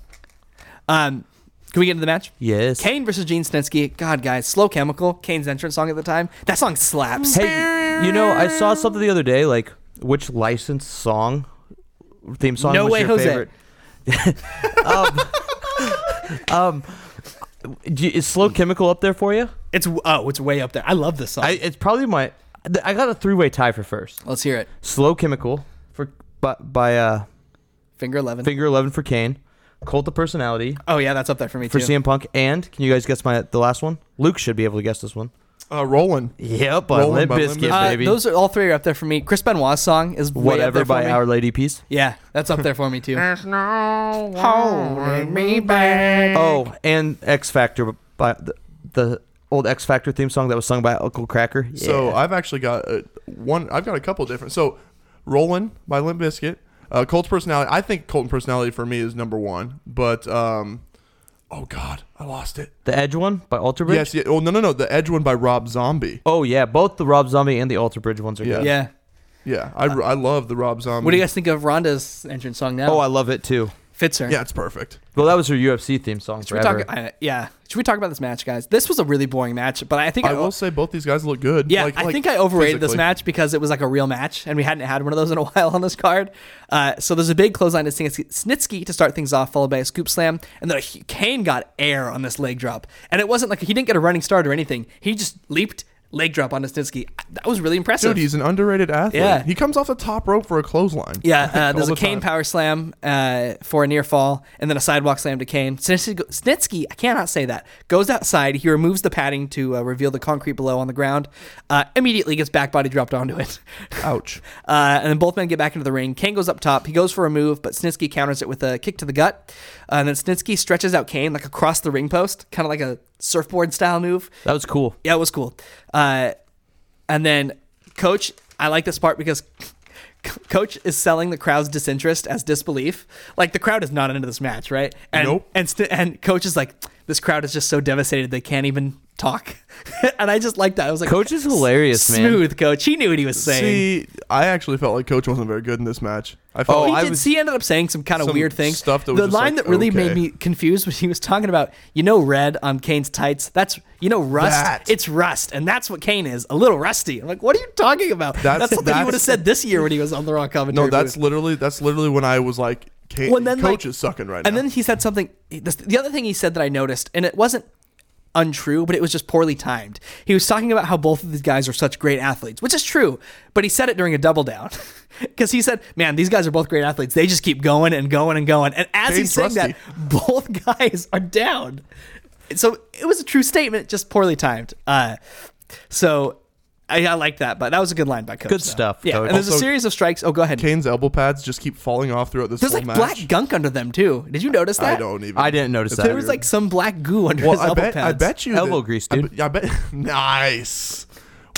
A: Um, can we get into the match?
C: Yes.
A: Kane versus Gene Snitsky. God, guys, Slow Chemical, Kane's entrance song at the time. That song slaps.
C: Hey, you know, I saw something the other day, like which licensed song, theme song
A: No
C: was
A: Way
C: your
A: Jose.
C: favorite? (laughs) um, um, do you- is Slow Chemical up there for you?
A: It's oh, it's way up there. I love this song.
C: I, it's probably my. th- I got a three-way tie for first.
A: Let's hear it.
C: Slow Chemical for by, by uh,
A: Finger Eleven.
C: Finger Eleven for Kane, Cult of Personality
A: oh yeah, that's up there for me
C: for
A: too.
C: CM Punk, and can you guys guess my the last one? Luke should be able to guess this one.
B: Uh, Roland.
C: Yep, by
B: Rolling
C: Limp
B: by Limp
C: Bizkit,
B: Bizkit.
A: Uh,
C: baby.
A: those are all three are up there for me. Chris Benoit's song is way up
C: Whatever
A: there
C: by
A: for me.
C: Our Lady Peace.
A: Yeah, that's up there for me too.
C: (laughs)
A: There's no holding me back.
C: Oh, and X Factor by the, the old X Factor theme song that was sung by Uncle Cracker. Yeah.
B: So I've actually got uh one. I've got a couple different. So Roland by Limp Bizkit. Uh, Colt's personality. I think Colton personality for me is number one. But um, oh god, I lost it.
C: the Edge one by Alter Bridge.
B: Yes. Yeah, oh no no no. The Edge one by Rob Zombie.
C: Oh yeah, both the Rob Zombie and the Alter Bridge ones are
B: Yeah.
C: good.
A: Yeah.
B: Yeah. I, I love the Rob Zombie.
A: Uh, What do you guys think of Rhonda's entrance song now?
C: Oh, I love it too.
A: fits her.
B: Yeah, it's perfect.
C: Well, that was her UFC theme song
A: Should we
C: forever.
A: talk? I, yeah. Should we talk about this match, guys? This was a really boring match, but I think
B: I will say both these guys look good.
A: Yeah,
B: Like-
A: I
B: like
A: think I overrated this
B: physically.
A: match because it was like a real match, and we hadn't had one of those in a (laughs) while on this card. Uh, so there's a big clothesline to Snitsky, Snitsky to start things off, followed by a scoop slam, and then a, hu- Kane got air on this leg drop, and it wasn't like he didn't get a running start or anything. He just leaped, leg drop on Nostinsky. That was really impressive.
B: Dude, he's an underrated athlete.
A: Yeah.
B: He comes off the top rope for a clothesline.
A: (laughs) Yeah, uh, there's
B: All
A: a
B: the
A: Kane
B: time.
A: power slam uh, for a near fall, and then a sidewalk slam to Kane. Snitsky, Snitsky, I cannot say that, goes outside. He removes the padding to uh, reveal the concrete below on the ground. Uh, immediately gets back body dropped onto it. (laughs)
B: Ouch.
A: Uh, and then both men get back into the ring. Kane goes up top. He goes for a move, but Snitsky counters it with a kick to the gut. Uh, and then Snitsky stretches out Kane like across the ring post, kind of like a surfboard style move.
C: That was cool.
A: Yeah, it was cool. Uh, and then, coach, I like this part because (laughs) coach is selling the crowd's disinterest as disbelief. Like the crowd is not into this match, right? And,
B: Nope.
A: And st- and coach is like, this crowd is just so devastated they can't even talk. (laughs) and I just like that. I was like,
C: Coach is hilarious,
A: smooth,
C: man.
A: coach. He knew what he was saying.
B: See, I actually felt like Coach wasn't very good in this match. I
C: Oh,
B: felt
A: he
B: like
C: I
A: did.
C: was-
A: he ended up saying some kind of
B: some
A: weird thing.
B: stuff that was
A: the
B: just
A: line
B: like,
A: that really made
B: okay.
A: me confused was he was talking about you know red on Kane's tights. That's you know rust.
B: That.
A: It's rust, and that's what Kane is. A little rusty. I'm like, what are you talking about? That's,
B: That's-
A: something he
B: that's-
A: would have said this year when he was on the Raw
B: no,
A: commentary.
B: that's
A: booth.
B: literally that's literally when I was like, Kane,
A: Well, then,
B: Coach
A: like-
B: is sucking right
A: and
B: now.
A: then he said something. The, the other thing he said that I noticed, and it wasn't untrue, but it was just poorly timed. He was talking about how both of these guys are such great athletes, which is true, but he said it during a double down. (laughs) Because he said, man, these guys are both great athletes. They just keep going and going and going. And as he's
B: Kane's
A: saying that,
B: rusty.
A: (laughs) both guys are down. So it was a true statement, just poorly timed. Uh, so I, I like that, but that was a good line by Coach.
C: Good
A: though.
C: stuff,
A: Yeah,
C: Coach.
A: and there's a
B: Also-
A: series of strikes. Oh, go ahead.
B: Kane's elbow pads just keep falling off throughout this
A: there's
B: whole
A: like
B: match.
A: black gunk under them too. Did you notice that?
B: I don't even.
C: I didn't notice
B: It's
C: that.
A: There was like some black goo under
B: Well,
A: his
B: I
A: elbow
B: bet. I
A: pads.
B: bet you
C: Elbow
B: that-
C: grease,
B: I
C: dude.
B: bet- I bet. (laughs) Nice.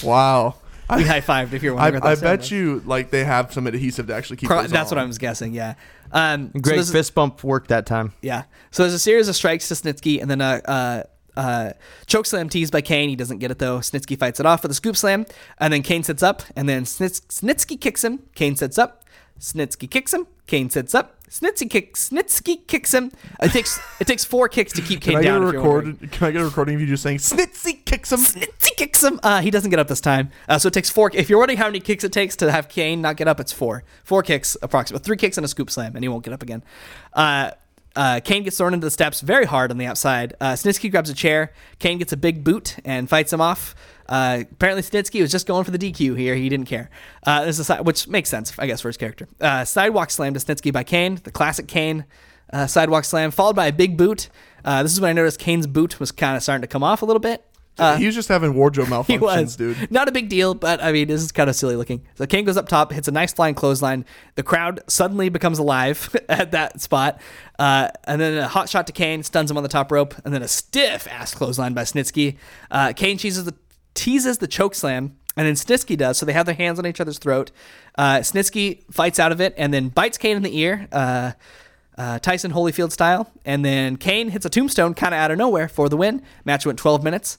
B: Wow.
A: We high
B: I,
A: fived if you're
B: I,
A: wondering.
B: I bet you like they have some adhesive to actually keep. those
A: that's
B: on.
A: what I was guessing. Yeah. Um, so
C: Great
A: there's a-
C: fist bump worked that time.
A: yeah. So there's a series of strikes to Snitsky, and then a. Uh, uh, choke slam teased by Kane. He doesn't get it though. Snitsky fights it off with a scoop slam, and then Kane sits up, and then Snits- Snitsky kicks him. Kane sits up. Snitsky kicks him. Kane sits up. Snitsky kicks. Snitsky kicks him. It takes it takes four kicks to keep Kane
B: Can I get a
A: down. if you're wondering.
B: record? Can I get a recording of you just saying "Snitsy kicks him"?
A: Snitsy kicks him. Uh, he doesn't get up this time. Uh, so it takes four. If you're wondering how many kicks it takes to have Kane not get up, it's four. Four kicks, approximately. Three kicks and a scoop slam, and he won't get up again. Uh, uh, Kane gets thrown into the steps very hard on the outside. Uh, Snitsky grabs a chair. Kane gets a big boot and fights him off. Uh, apparently, Snitsky was just going for the DQ here. He didn't care. Uh, there's a side, which makes sense, I guess, for his character. Uh, sidewalk slam to Snitsky by Kane, the classic Kane uh, sidewalk slam, followed by a big boot. Uh, this is when I noticed Kane's boot was kind of starting to come off a little bit. Uh,
B: he was just having
A: (laughs)
B: wardrobe malfunctions,
A: he was,
B: dude.
A: Not a big deal, but I mean, this is kind of silly looking. So Kane goes up top, hits a nice flying clothesline. The crowd suddenly becomes alive (laughs) at that spot, uh, and then a hot shot to Kane stuns him on the top rope, and then a stiff ass clothesline by Snitsky. Uh, Kane teases the teases the choke slam. And then Snitsky does, so they have their hands on each other's throat. Uh, Snitsky fights out of it and then bites Kane in the ear, uh, uh, Tyson Holyfield style. And then Kane hits a tombstone kind of out of nowhere for the win. Match went 12 minutes.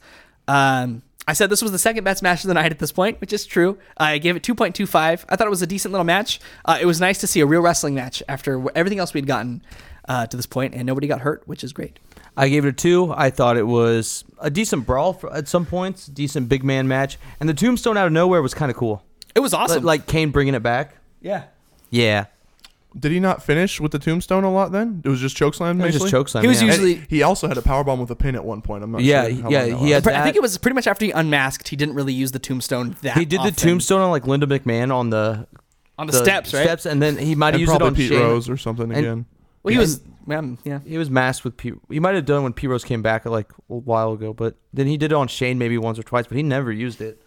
A: Um, I said this was the second best match of the night at this point, which is true. I gave it 2.25. I thought it was a decent little match. Uh, it was nice to see a real wrestling match after wh- everything else we'd gotten uh, to this point, and nobody got hurt, which is great.
C: I gave it a two. I thought it was a decent brawl for, at some points, decent big man match, and the tombstone out of nowhere was kind of cool.
A: It was awesome.
C: Like Kane bringing it back.
A: yeah.
C: Yeah,
B: Did he not finish with the tombstone a lot? Then it was just chokeslam.
C: it was just
B: basically?
C: chokeslam.
A: He was
C: yeah.
B: And
A: Usually-
B: he also had a powerbomb with a pin at one point. I'm not
C: Yeah,
B: sure. how
C: yeah,
B: long that
C: he had-
B: lasted.
A: I think
C: that-
A: it was pretty much after he unmasked. He didn't really use the tombstone that.
C: He did the
A: often.
C: tombstone on like Linda McMahon on the
A: on the, steps, right?
C: Steps, and then he might have
B: And
C: used it
B: probably
C: on
B: Pete
C: Shane.
B: Rose or something
C: And-
B: again.
A: Well, he
C: Yeah.
A: was, um, yeah.
C: He was masked with Pete. He might have done when Pete Rose came back like a while ago, but then he did it on Shane maybe once or twice, but he never used it.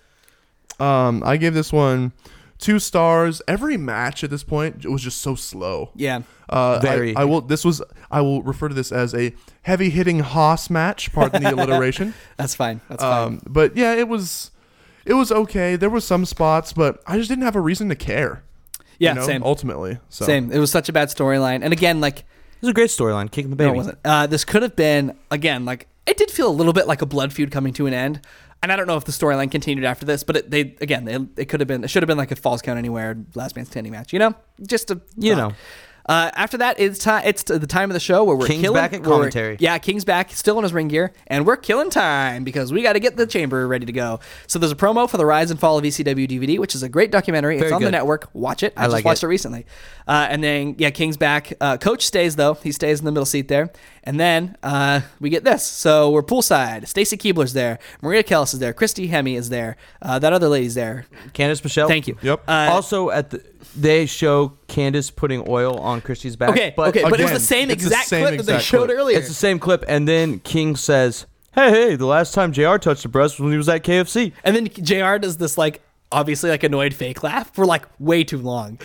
B: Um, I gave this one two stars. Every match at this point it was just so slow.
A: Yeah.
B: Uh, I-
C: Very.
B: I, will. This was. I will refer to this as a heavy hitting hoss match. Pardon the alliteration.
A: That's fine. That's fine.
B: Um, but yeah, it was. It was okay. There were some spots, but I just didn't have a reason to care. you
A: Yeah,
B: know,
A: same.
B: Ultimately, so.
A: Same. It was such a bad storyline. And again, like,
C: It was a great storyline, kicking the baby.
A: No, it wasn't. Uh, this could have been again like it did feel a little bit like a blood feud coming to an end, and I don't know if the storyline continued after this, but it, they again it, it could have been it should have been like a falls count anywhere last man standing match, you know, just a
C: You
A: thought.
C: know.
A: Uh, after that, it's time. It's t- the time of the show where we're
C: King's
A: killing.
C: back at
A: where we're-
C: commentary.
A: yeah, King's back, still in his ring gear, and we're killing time because we got to get the chamber ready to go. So there's a promo for the rise and fall of E ECW DVD, which is a great documentary. it's
C: Very
A: on the
C: good.
A: network. Watch it. I,
C: I
A: just
C: like
A: watched
C: it.
A: it recently. Uh, and then yeah, King's back. Uh, Coach stays though. He stays in the middle seat there. And then uh, we get this. So we're poolside. Stacy Keebler's there. Maria Callas is there. Christy Hemme is there. Uh, that other lady's there.
C: Candace Michelle.
A: Thank you.
B: Yep.
A: Uh,
C: also, at the, they show Candace putting oil on Christie's back.
A: okay, but, okay, but it's
B: again,
A: the same
B: it's the
A: exact
B: same
A: clip that they
B: exact
A: showed
B: clip.
A: earlier.
C: It's the same clip, and then King says, "Hey, hey, the last time Jr. touched the breast was when he was at KFC."
A: and then JR does this like obviously like annoyed fake laugh for like way too long.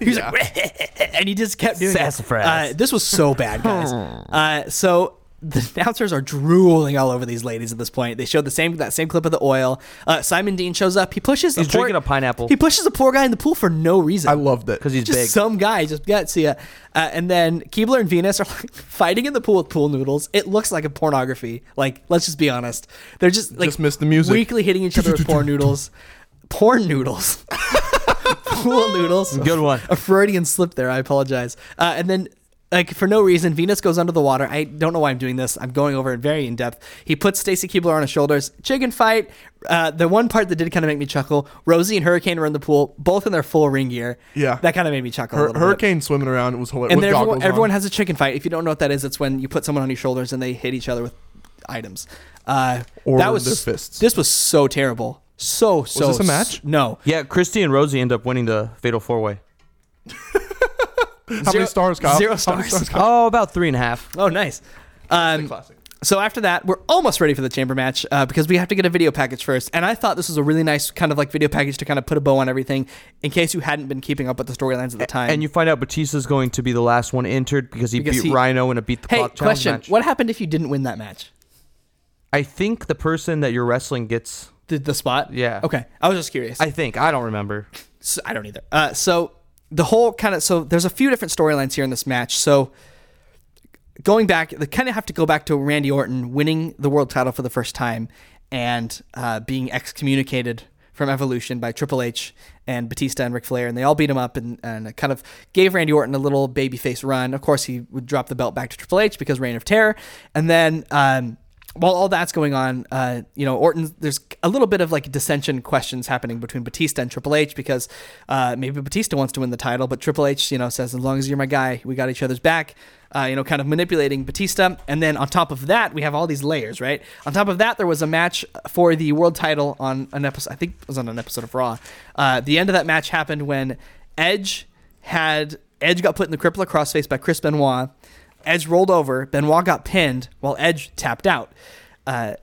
A: He's like, (laughs) and he just kept doing it.
C: Sassafras.
A: Uh, this was so bad,
C: (laughs)
A: guys. uh, so the announcers are drooling all over these ladies at this point. They showed the same that same clip of the oil. Uh, Simon Dean shows up. He pushes.
C: He's
A: poor-
C: drinking a pineapple.
A: He pushes a poor guy in the pool for no reason.
B: I loved it.
C: Because he's
A: just
C: big.
A: some guy just yeah, see ya. Uh, and then Keebler and Venus are like (laughs) fighting in the pool with pool noodles. It looks like a pornography. Like let's just be honest, they're just like
B: Just missed the music.
A: Weekly hitting each other with
B: (laughs)
A: porn noodles, porn noodles, (laughs) pool noodles.
C: Good one.
A: A Freudian slip there. I apologize. Uh, and then. Like for no reason, Venus goes under the water. I don't know why I'm doing this. I'm going over it very in depth. He puts Stacy Keebler on his shoulders. Chicken fight. Uh, the one part that did kind of make me chuckle: Rosie and Hurricane were in the pool, both in their full ring gear.
B: Yeah.
A: that kind of made me chuckle. a
B: Hur-
A: little bit.
B: hurricane swimming around was hilarious.
A: And
B: with
A: then everyone,
B: goggles on.
A: everyone has a chicken fight. If you don't know what that is, it's when you put someone on your shoulders and they hit each other with items. Uh,
B: Or
A: that was
B: their fists.
A: This was so terrible. So so.
B: this a
A: s-
B: match?
A: No.
C: Yeah, Christy and Rosie end up winning the fatal four way.
B: How many stars, Kyle?
A: Zero
B: How many
A: stars.
B: stars, Kyle?
C: Oh, about three and a half.
A: Oh, nice. Um, so after that, we're almost ready for the chamber match uh, because we have to get a video package first. And I thought this was a really nice kind of like video package to kind of put a bow on everything in case you hadn't been keeping up with the storylines at the time.
C: And you find out Batista's going to be the last one entered because he
A: Because
C: beat
A: he-
C: Rhino in a beat the
A: hey,
C: clock challenge
A: question:
C: match.
A: What happened if you didn't win that match?
C: I think the person that you're wrestling gets.
A: The, the spot?
C: Yeah.
A: Okay. I was just curious.
C: I think I don't remember.
A: So, I don't either. Uh, so the whole kind of so there's a few different storylines here in this match. So going back, they kind of have to go back to Randy Orton winning the world title for the first time and uh, being excommunicated from Evolution by Triple H and Batista and Ric Flair, and they all beat him up and, and kind of gave Randy Orton a little babyface run. Of course, he would drop the belt back to Triple H because Reign of Terror, and then. Um, while all that's going on, uh, you know, Orton, there's a little bit of like dissension questions happening between Batista and Triple H because uh, maybe Batista wants to win the title, but Triple H, you know, says, as long as you're my guy, we got each other's back, uh, you know, kind of manipulating Batista. And then on top of that, we have all these layers, right? On top of that, there was a match for the world title on an episode, I think it was on an episode of Raw. Uh, the end of that match happened when Edge had Edge got put in the crippler crossface by Chris Benoit. Edge rolled over. Benoit got pinned while Edge tapped out. Uh,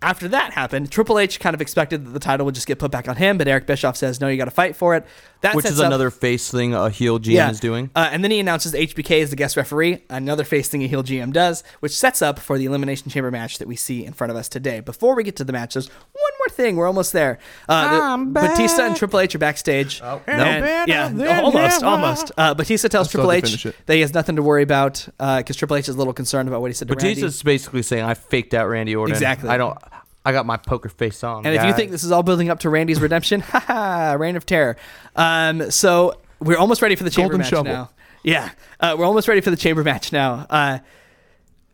A: after that happened, Triple H kind of expected that the title would just get put back on him, but Eric Bischoff says, "No, you got to fight for it." That
C: Which
A: sets
C: is
A: up-
C: another face thing a heel GM is doing.
A: uh, and then he announces HBK is the guest referee, another face thing a heel GM does, which sets up for the Elimination Chamber match that we see in front of us today. Before we get to the match, there's one more thing. We're almost there. Uh, the-
C: I'm
A: Batista
C: back.
A: and Triple H are backstage. Oh,
B: And I'm better
A: yeah,
B: than
A: almost,
B: ever.
A: almost. Uh, Batista tells
B: still
A: Triple
B: have to
A: H
B: finish it.
A: that he has nothing to worry about because Triple H is a little concerned about what he said to Randy.
C: Batista's basically saying I faked out Randy Orton.
A: Exactly.
C: I don't. I got my poker face on.
A: And if you
C: guys.
A: think this is all building up to Randy's redemption, (laughs) haha, reign of terror. Um, so we're almost ready for the chamber
B: Golden
A: match
B: shovel.
A: now. Yeah, uh, we're almost ready for the chamber match now. Uh,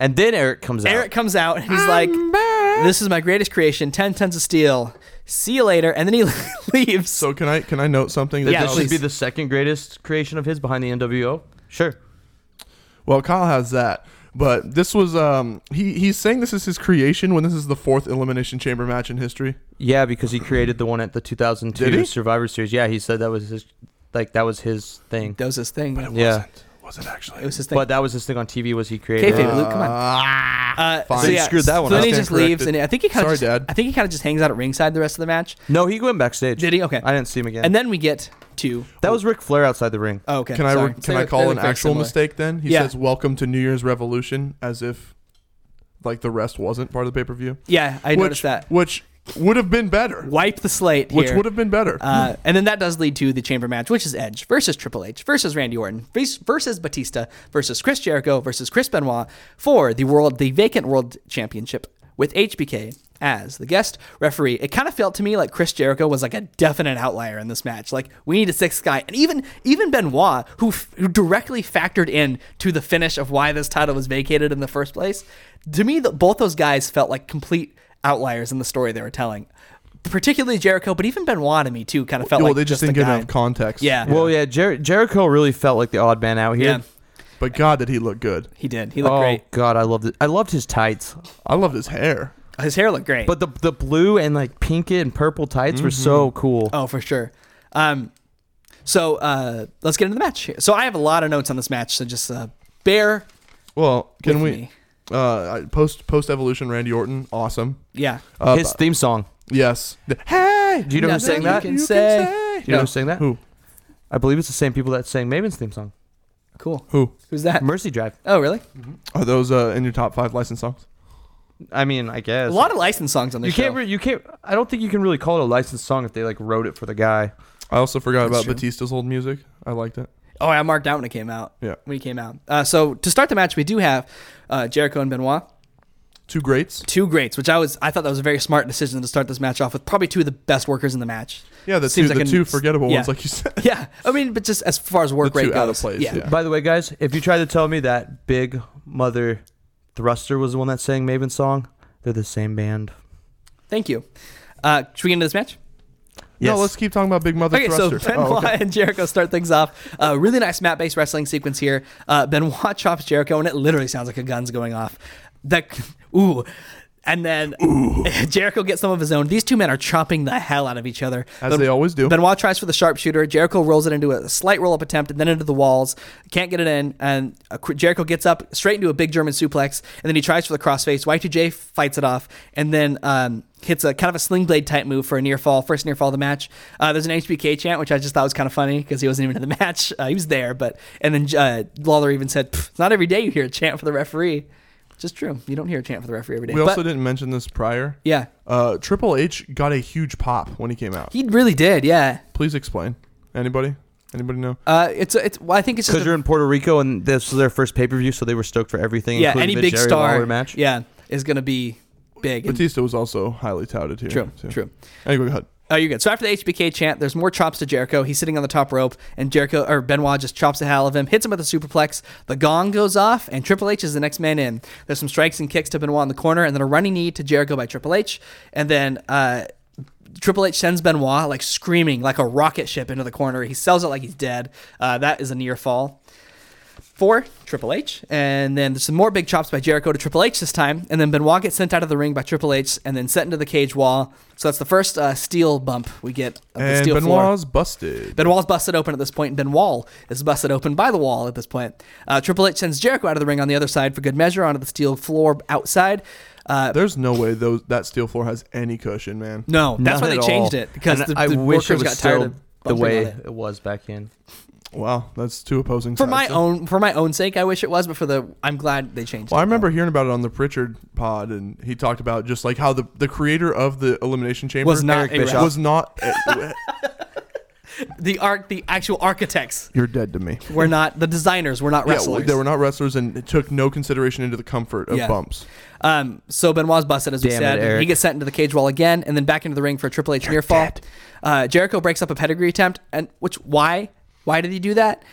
C: and then Eric comes out.
A: Eric comes out and he's like, "This is my greatest creation, ten tons of steel. See you later." And then he (laughs) leaves.
B: So can I can I note something?
C: That
A: Yeah,
C: this should be
A: please.
C: the second greatest creation of his behind the NWO. Sure.
B: Well, Kyle has that, but this was um he he's saying this is his creation when this is the fourth elimination chamber match in history.
C: Yeah, because he created the one at the
B: Did
C: 2002
B: he?
C: Survivor Series. Yeah, he said that was his, like that was his thing.
A: that was his thing.
B: It
A: It
C: Yeah.
B: wasn't. Wasn't actually.
A: was his thing.
C: But that was his thing on TV. Was he created?
A: Kayfabe, Luke, come on. Uh,
B: Ah, fine.
A: So
B: They
A: yeah,
C: screwed that one
A: so
C: up.
A: Then he
B: Stand
A: just leaves,
B: corrected.
A: and I think he kind
B: Sorry,
A: of.
B: Dad.
A: I think he kind of just hangs out at ringside the rest of the match.
C: No, he went backstage.
A: Did he? Okay.
C: I didn't see him again.
A: And then we get to.
C: that was Ric Flair outside the ring.
A: Oh, okay.
B: Can I
A: sorry.
B: can
A: They
B: I
A: look- they
B: call
A: look
B: an
A: very
B: actual
A: similar.
B: mistake then? He
A: Yeah.
B: says welcome to New Year's Revolution as if like the rest wasn't part of the pay-per-view.
A: Yeah, I
B: which,
A: noticed that.
B: Which would have been better.
A: Wipe the slate.
B: Which
A: here.
B: would have been better.
A: Uh, and then that does lead to the chamber match, which is Edge versus Triple H versus Randy Orton vers- versus Batista versus Chris Jericho versus Chris Benoit for the world, the vacant world championship with HBK as the guest referee. It kind of felt to me like Chris Jericho was like a definite outlier in this match. Like we need a sixth guy, and even even Benoit, who, f- who directly factored in to the finish of why this title was vacated in the first place. To me, the, both those guys felt like complete outliers in the story they were telling particularly Jericho, but even Benoit to me too kind of felt
B: well,
A: like
B: they just,
A: a
B: didn't get
A: guy.
B: enough context.
A: Yeah.
C: Well, yeah, Jer- Jericho really felt like the odd man out here.
A: Yeah.
B: But God, did he look good?
A: He did. He looked
C: oh
A: great.
C: God, I loved it. I loved his tights,
B: I loved his hair.
A: His hair looked great.
C: but the the blue and like pink and purple tights were so cool.
A: Oh, for sure. Um, so uh, let's get into the match. So I have a lot of notes on this match. So just uh, bear
B: Well, can
A: with
B: we
A: me.
B: uh I- post post evolution Randy Orton? Awesome.
A: Yeah.
B: Uh,
C: his theme song.
B: yes. The- hey,
C: Do you know who
A: Nothing
C: sang that?
A: You
C: Do
A: can say.
C: you know who sang that?
B: Who?
C: I believe it's the same people that sang Maven's theme song,
A: Cool.
B: Who
A: Who's that?
C: Mercy Drive.
A: Oh, really?
B: are those uh, in your top five licensed songs?
C: I mean, I guess
A: A lot of licensed songs on this
C: you can't.
A: show.
C: Re- you can't. I don't think you can really call it a licensed song if they like wrote it for the guy.
B: I also
A: That's
B: forgot about
A: true.
B: Batista's old music. I liked it.
A: oh, I marked out when it came out.
B: Yeah.
A: When he came out. Uh, so to start the match, we do have uh, Jericho and Benoit,
B: Two greats.
A: two greats, which I was I thought that was a very smart decision to start this match off with probably two of the best workers in the match.
B: Yeah, the two,
A: Seems
B: the
A: like an-
B: two forgettable
A: yeah.
B: ones, like
A: (laughs)
B: you said.
A: Yeah. I mean, but just as far as work
B: The
A: rate
B: two
A: goes,
B: out of place, yeah.
C: By the way, guys, if you try to tell me that Big Mother Thruster was the one that sang Maven's song, they're the same band.
A: Thank you. Uh, should we get into this match?
C: Yes.
B: No, let's keep talking about Big Mother
A: Okay,
B: Thruster.
A: so Benoit
B: Oh, okay.
A: and Jericho start things off. Uh, really nice mat based wrestling sequence here. Uh, Benoit chops Jericho, and it literally sounds like a gun's going off. The (laughs) ooh. And then (laughs) Jericho gets some of his own. These two men are chopping the hell out of each other.
B: As they always do.
A: Benoit tries for the sharpshooter. Jericho rolls it into a slight roll up attempt and then into the walls. Can't get it in. And uh, Qu- Jericho gets up straight into a big German suplex. And then he tries for the crossface. Y2J fights it off and then um, hits a kind of a sling blade type move for a near fall. First near fall of the match. Uh, there's an HBK chant, which I just thought was kind of funny because he wasn't even in the (laughs) match. Uh, he was there. but And then uh, Lawler even said, "Pff, It's not every day you hear a chant for the referee. Which is true. You don't hear a chant for the referee every day.
B: we
A: But-
B: also didn't mention this prior.
A: yeah.
B: Uh, Triple H got a huge pop when he came out.
A: He really did. Yeah.
B: Please explain. Anybody? Anybody know?
A: Uh, it's it's. Well, I think it's just
C: because
A: a-
C: you're in Puerto Rico and this was their first pay per view, so they were stoked for everything.
A: yeah,
C: including
A: any
C: the
A: big
C: Jerry
A: star
C: Lawler match.
A: yeah, is going to be big. And-
B: Batista was also highly touted here.
A: true,
B: too.
A: true.
B: Anyway, go ahead.
A: Oh, you're good. So after the HBK chant, there's more chops to Jericho. He's sitting on the top rope, and Jericho or Benoit just chops the hell out of him, hits him with a superplex. The gong goes off, and Triple H is the next man in. There's some strikes and kicks to Benoit in the corner, and then a running knee to Jericho by Triple H, and then. Uh, Triple H sends Benoit like screaming like a rocket ship into the corner. He sells it like he's dead. Uh, that is a near fall. for Triple H. And then there's some more big chops by Jericho to Triple H this time. And then Benoit gets sent out of the ring by Triple H and then sent into the cage wall. So that's the first uh, steel bump we get of Uh, the
B: And
A: steel floor.
B: Benoit's busted.
A: Benoit's busted open at this point. Benoit is busted open by the wall at this point. Uh, Triple H sends Jericho out of the ring on the other side for good measure onto the steel floor outside. Uh,
B: There's no way those that steel floor has any cushion, man.
A: no, that's why
C: Not
A: they
C: at
A: changed
C: all.
A: it because
C: And
A: the,
C: I
A: the
C: wish it
A: workers
C: was
A: got tired
C: still
A: of
C: the
A: bumping
C: way
A: on it.
C: it was back in.
B: Wow, that's two opposing
A: For
B: sides.
A: my own for my own sake, I wish it was, but for the I'm glad they changed
B: Well,
A: it.
B: I remember hearing about it on the Pritchard pod, and he talked about just like how the, the creator of the Elimination Chamber
A: Was not Eric a Bischoff.
B: was not. eh,
A: The arc the actual architects
B: you're dead to me.
A: were not the designers were not
B: Yeah,
A: wrestlers.
B: they were not wrestlers, and it took no consideration into the comfort of
A: Yeah.
B: bumps.
A: Um, so Benoit's busted, as we
C: Damn it,
A: said.
C: Eric.
A: he gets sent into the cage wall again, and then back into the ring for a Triple H near fall. Uh, Jericho breaks up a pedigree attempt, and which why? Why did he do that?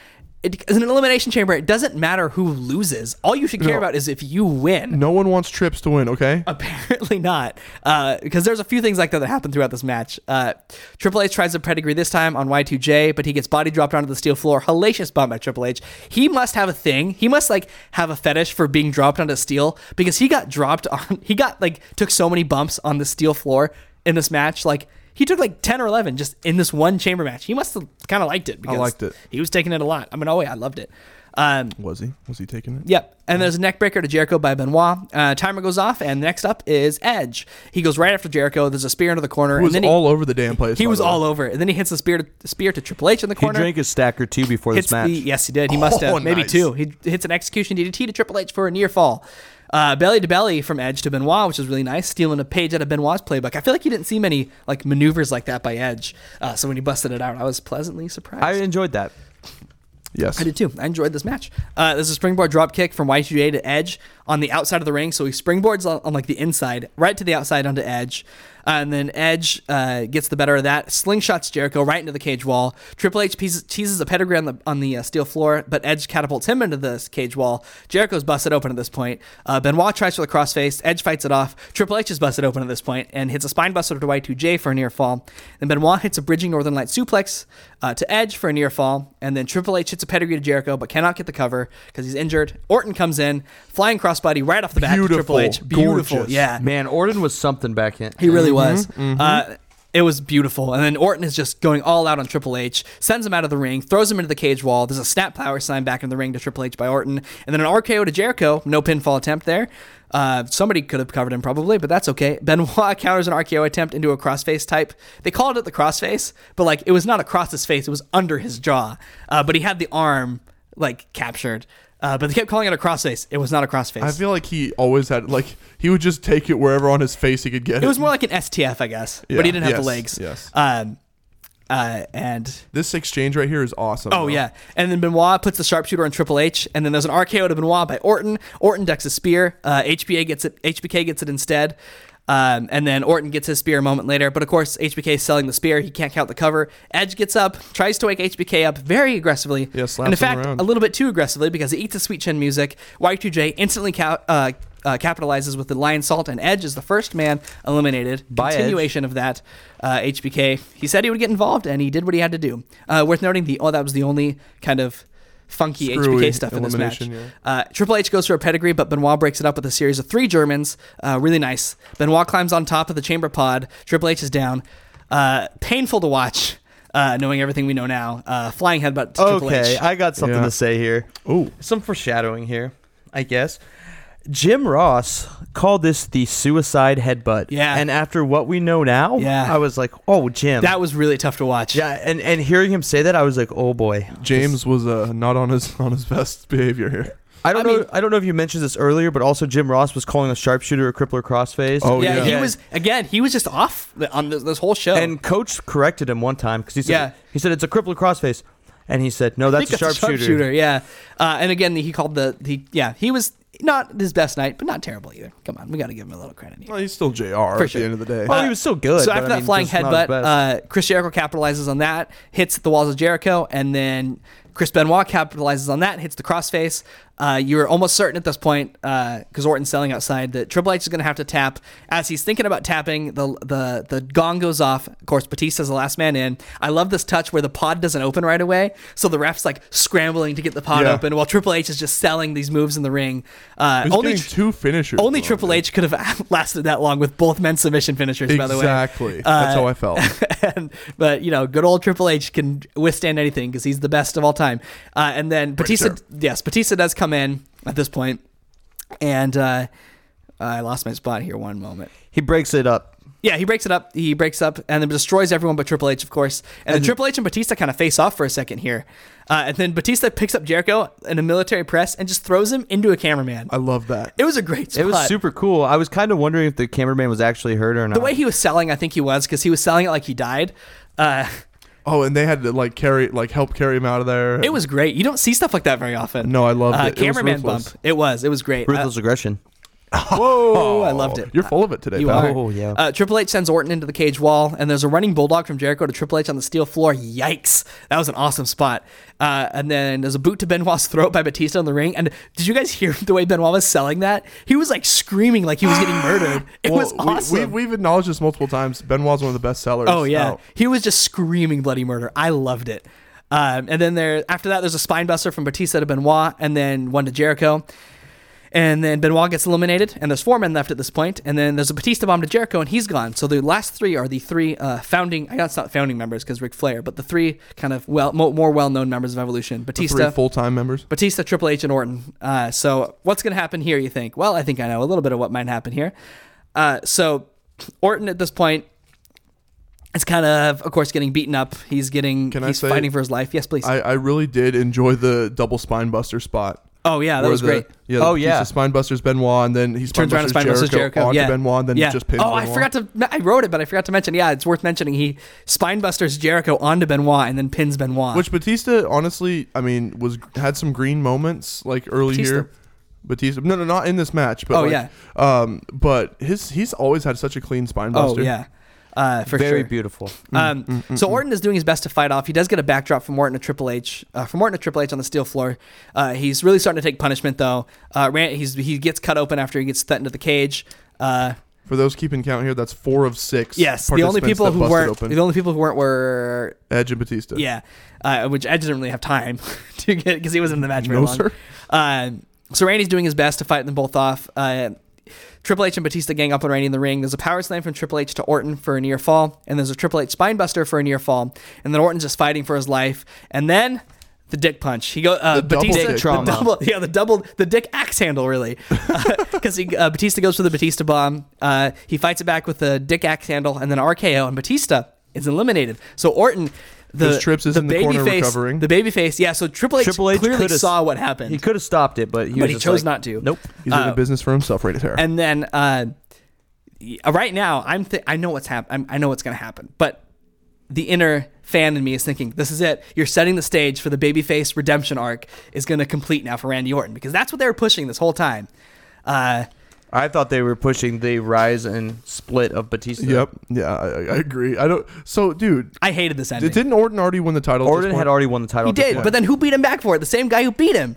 A: It is an elimination chamber. It doesn't matter who loses. All you should care
B: No.
A: about is if you win.
B: No one wants trips to win. Okay,
A: (laughs) Uh, Apparently not, uh, because there's a few things like that that happen throughout this match. Uh, Triple H tries a pedigree this time on Y2J, but he gets body dropped onto the steel floor. Hellacious bump by Triple H. He must have a thing. He must like have a fetish for being dropped onto steel because he got dropped on. (laughs) He got like took so many bumps on the steel floor in this match. Like he took like ten or eleven just in this one chamber match. He must have kind of liked it. Because
B: liked it.
A: He was taking it a lot. I mean, oh yeah, I loved it. Um,
B: was he? Was he taking it?
A: Yep. And there's a neckbreaker to Jericho by Benoit. Uh, timer goes off, and next up is Edge. He goes right after Jericho. There's a spear into the corner,
B: He was
A: and then he,
B: all over the damn place.
A: he
B: by
A: was
B: the way.
A: all over. it. And then he hits the spear to, spear to Triple H in the
C: He
A: corner.
C: drank a stack or two before
A: hits
C: this match.
A: the, yes, he did. He must
B: (laughs) Oh,
A: have maybe
B: nice.
A: two. He hits an execution DDT to Triple H for a near fall. Uh, belly to belly from Edge to Benoit, which is really nice, stealing a page out of Benoit's playbook. I feel like he didn't see many like maneuvers like that by Edge. Uh, so when he busted it out, I was pleasantly surprised.
C: I enjoyed that.
B: Yes,
A: I did too. I enjoyed this match. Uh, there's a springboard drop kick from Y2J to Edge on the outside of the ring. So he springboards on, on like the inside, right to the outside onto Edge. and then Edge uh, gets the better of that. Slingshots Jericho right into the cage wall. Triple H pieces, teases a pedigree on the on the uh, steel floor, but Edge catapults him into the cage wall. Jericho's busted open at this point. Uh, Benoit tries for the crossface. Edge fights it off. Triple H is busted open at this point and hits a spinebuster to Y2J for a near fall. Then Benoit hits a bridging Northern Light suplex uh, to Edge for a near fall, and then Triple H hits a pedigree to Jericho but cannot get the cover because he's injured. Orton comes in, flying crossbody right off the back to Triple
B: Beautiful.
A: H. Beautiful,
B: Gorgeous.
A: yeah.
C: Man, Orton was something back in.
A: He really was. Uh, it was beautiful. And then Orton is just going all out on Triple H, sends him out of the ring, throws him into the cage wall. There's a snap power sign back in the ring to Triple H by Orton. And then an RKO to Jericho. No pinfall attempt there. Uh, somebody could have covered him probably, but that's okay. Benoit (laughs) counters an RKO attempt into a crossface type. They called it the crossface, but like it was not across his face; it was under his jaw. Uh, but he had the arm like captured. Uh, but they kept calling it a crossface. It was not a crossface.
B: I feel like he always had like he would just take it wherever on his face he could get it.
A: It was more like an STF, I guess, but
B: Yeah,
A: he didn't have the legs.
B: yes, yes.
A: Um, uh, and
B: this exchange right here is awesome.
A: oh yeah, and then Benoit puts the sharpshooter on Triple H, and then there's an RKO to Benoit by Orton. Orton decks a spear. Uh, HBA gets it. HBK gets it instead. Um, and then Orton gets his spear a moment later, but of course HBK is selling the spear. He can't count the cover. Edge gets up, tries to wake HBK up very aggressively,
B: Yeah, slaps
A: and in
B: him
A: fact
B: around.
A: a little bit too aggressively because he eats his sweet chin music. Y2J instantly ca- uh, uh, capitalizes with the lion salt, and Edge is the first man eliminated.
C: By Edge.
A: Continuation continuation of that uh, HBK. He said he would get involved, and he did what he had to do. Uh, worth noting, the oh, that was the only kind of funky
B: Screwy
A: HBK stuff in this match.
B: elimination, yeah.
A: Uh, Triple H goes for a pedigree, but Benoit breaks it up with a series of three Germans. Uh, really nice. Benoit climbs on top of the chamber pod. Triple H is down. Uh, painful to watch, uh, knowing everything we know now. Uh, flying headbutt to Triple
C: Okay,
A: H.
C: I got something
B: Yeah.
C: to say here.
B: Oh,
C: Some foreshadowing here, I guess. Jim Ross called this the suicide headbutt.
A: Yeah.
C: And after what we know now,
A: Yeah.
C: I was like, oh, Jim.
A: that was really tough to watch.
C: yeah, and, and hearing him say that, I was like, oh boy.
B: James was uh, not on his (laughs) on his best behavior here.
C: I don't
A: I
C: know.
A: mean-
C: I don't know if you mentioned this earlier, but also Jim Ross was calling a sharpshooter a crippler crossface.
B: Oh,
A: yeah,
B: yeah.
A: he was again. He was just off on this, this whole show.
C: And coach corrected him one time because he said
A: Yeah.
C: he said it's a crippler crossface, and he said no, that's a
A: think that's
C: sharpshooter.
A: Yeah, uh, and again, he called the the yeah. He was not his best night, but not terrible either. Come on, we got to give him a little credit. Here.
B: Well, he's still Jr. at
A: sure.
B: the end of the day.
C: Oh, he was still good.
A: so
C: but
A: after
C: I
A: that
C: mean,
A: flying
C: just not his
A: headbutt,
C: best.
A: uh, Chris Jericho capitalizes on that, hits the walls of Jericho, and then Chris Benoit capitalizes on that, hits the crossface. Uh, you're almost certain at this point because Orton's selling outside that Triple H is going to have to tap. As he's thinking about tapping, the the the gong goes off. Of course, Batista's the last man in. I love this touch where the pod doesn't open right away, so the ref's like scrambling to get the pod
B: Yeah.
A: open while Triple H is just selling these moves in the ring. Uh,
B: He's
A: only.
B: getting
A: tr-
B: two finishers.
A: only
B: though.
A: Triple H could have (laughs) lasted that long with both men submission finishers, by the way Uh,
B: Exactly. That's how I felt.
A: (laughs) and, but you know, good old Triple H can withstand anything because he's the best of all time. Uh, and then Batista,
B: sure.
A: yes, Batista does come in at this point, and uh, I lost my spot here. One moment.
C: he breaks it up.
A: Yeah, he breaks it up. He breaks up and then destroys everyone but Triple H, of course. And, then Triple H and Batista kind of face off for a second here, uh, and then Batista picks up Jericho in a military press and just throws him into a cameraman.
B: I love that.
A: (laughs) It was a great spot.
C: It was super cool. I was kind of wondering if the cameraman was actually hurt or not.
A: The way he was selling, I think he was because he was selling it like he died. Uh,
B: Oh, and they had to like carry, like help carry him out of there.
A: It was great. You don't see stuff like that very often.
B: No, I loved
A: uh,
B: it. It was
A: Cameraman
B: ruthless.
A: bump. It was. It was great. Uh,
C: ruthless aggression.
A: (laughs) whoa! I loved it.
B: You're full of it today.
A: You
B: pal.
A: are.
C: Oh, yeah.
A: Uh, Triple H sends Orton into the cage wall, and there's a running bulldog from Jericho to Triple H on the steel floor. Yikes! That was an awesome spot. Uh, and then there's a boot to Benoit's throat by Batista in the ring. And did you guys hear (laughs) the way Benoit was selling that? He was like screaming like he was getting murdered. It
B: Well,
A: was awesome.
B: We, we, we've acknowledged this multiple times. Benoit's one of the best sellers.
A: Oh yeah,
B: out.
A: he was just screaming bloody murder. I loved it. Um, and then there after that, there's a spine buster from Batista to Benoit, and then one to Jericho. And then Benoit gets eliminated, and there's four men left at this point. And then there's a Batista bomb to Jericho, and he's gone. So the last three are the three uh, founding. I guess not founding members because Ric Flair, but the three kind of well mo- more well known members of Evolution: Batista,
B: Three full time members.
A: Batista, Triple H, and Orton. Uh, so what's going to happen here? You think? Well, I think I know a little bit of what might happen here. Uh, so Orton at this point is kind of, of course, getting beaten up. He's getting,
B: Can I
A: he's
B: say-
A: fighting for his life. Yes, please.
B: I, I really did enjoy the double spine buster spot.
A: oh yeah, that
B: Where
A: was
B: the-
A: great.
B: Yeah, the
C: Oh,
B: piece
C: yeah.
B: of Spine Buster's Benoit, and then he spine
A: Turns around and
B: busters
A: spine
B: Jericho,
A: versus Jericho.
B: onto
A: yeah.
B: Benoit, and then
A: yeah.
B: he just pins
A: Oh, I
B: Benoit.
A: forgot to. I wrote it, but I forgot to mention. Yeah, it's worth mentioning. He spine busters Jericho onto Benoit and then pins Benoit.
B: Which Batista, honestly, I mean, was had some green moments like early
A: Batista.
B: here. Batista. No, no, not in this match. But
A: Oh,
B: like,
A: yeah.
B: Um, but his he's always had such a clean spine
A: Oh
B: buster.
A: yeah, uh, for
C: Very
A: sure.
C: beautiful.
B: Mm,
A: Um, so Orton is doing his best to fight off. He does get a backdrop from Orton to Triple H, uh, from Orton to Triple H on the steel floor. Uh, he's really starting to take punishment though. Uh, Rand, he's he gets cut open after he gets set into the cage. Uh,
B: For those keeping count here, that's four of six.
A: yes, the only
B: participants
A: people
B: that
A: who
B: busted
A: weren't
B: open.
A: the only people who weren't were
B: Edge and Batista.
A: yeah, uh, which Edge didn't really have time (laughs) to get because he wasn't in the match very
B: No,
A: long.
B: sir.
A: Um, so Randy's doing his best to fight them both off. Uh, Triple H and Batista gang up on Randy in the ring. There's a power slam from Triple H to Orton for a near fall, and there's a Triple H spine buster for a near fall, and then Orton's just fighting for his life, and then the dick punch. He go uh,
B: The double
A: Batista (laughs)
B: dick
A: the
C: trauma.
A: double yeah the double the dick axe handle
B: (laughs)
A: really because he uh, Batista goes for the Batista bomb. Uh, he fights it back with the dick axe handle, and then RKO, and Batista is eliminated. So Orton. The,
B: Because Trips is
A: the
B: in the corner
A: babyface-
B: recovering.
A: The baby face, yeah. So Triple H,
C: Triple H
A: clearly
C: coulda-
A: saw what happened.
C: He could have stopped it, but he,
A: But
C: was
A: he
C: just
A: chose
C: like,
A: not to.
C: Nope.
B: He's in the business for himself right there.
A: Uh, And then uh, y- right now, I'm th- I know what's hap- I'm, I know what's going to happen, but the inner fan in me is thinking, "This is it. You're setting the stage for the babyface redemption arc is going to complete now for Randy Orton because that's what they were pushing this whole time." Uh,
C: I thought they were pushing the rise and split of Batista.
B: yep. Yeah, I, I I agree. I don't. So, dude,
A: I hated this ending.
B: did- didn't Orton already win the title? at this
C: Orton
B: point?
C: had already won the title.
A: he
C: at this
A: did,
C: point.
A: but then who beat him back for it? The same guy who beat him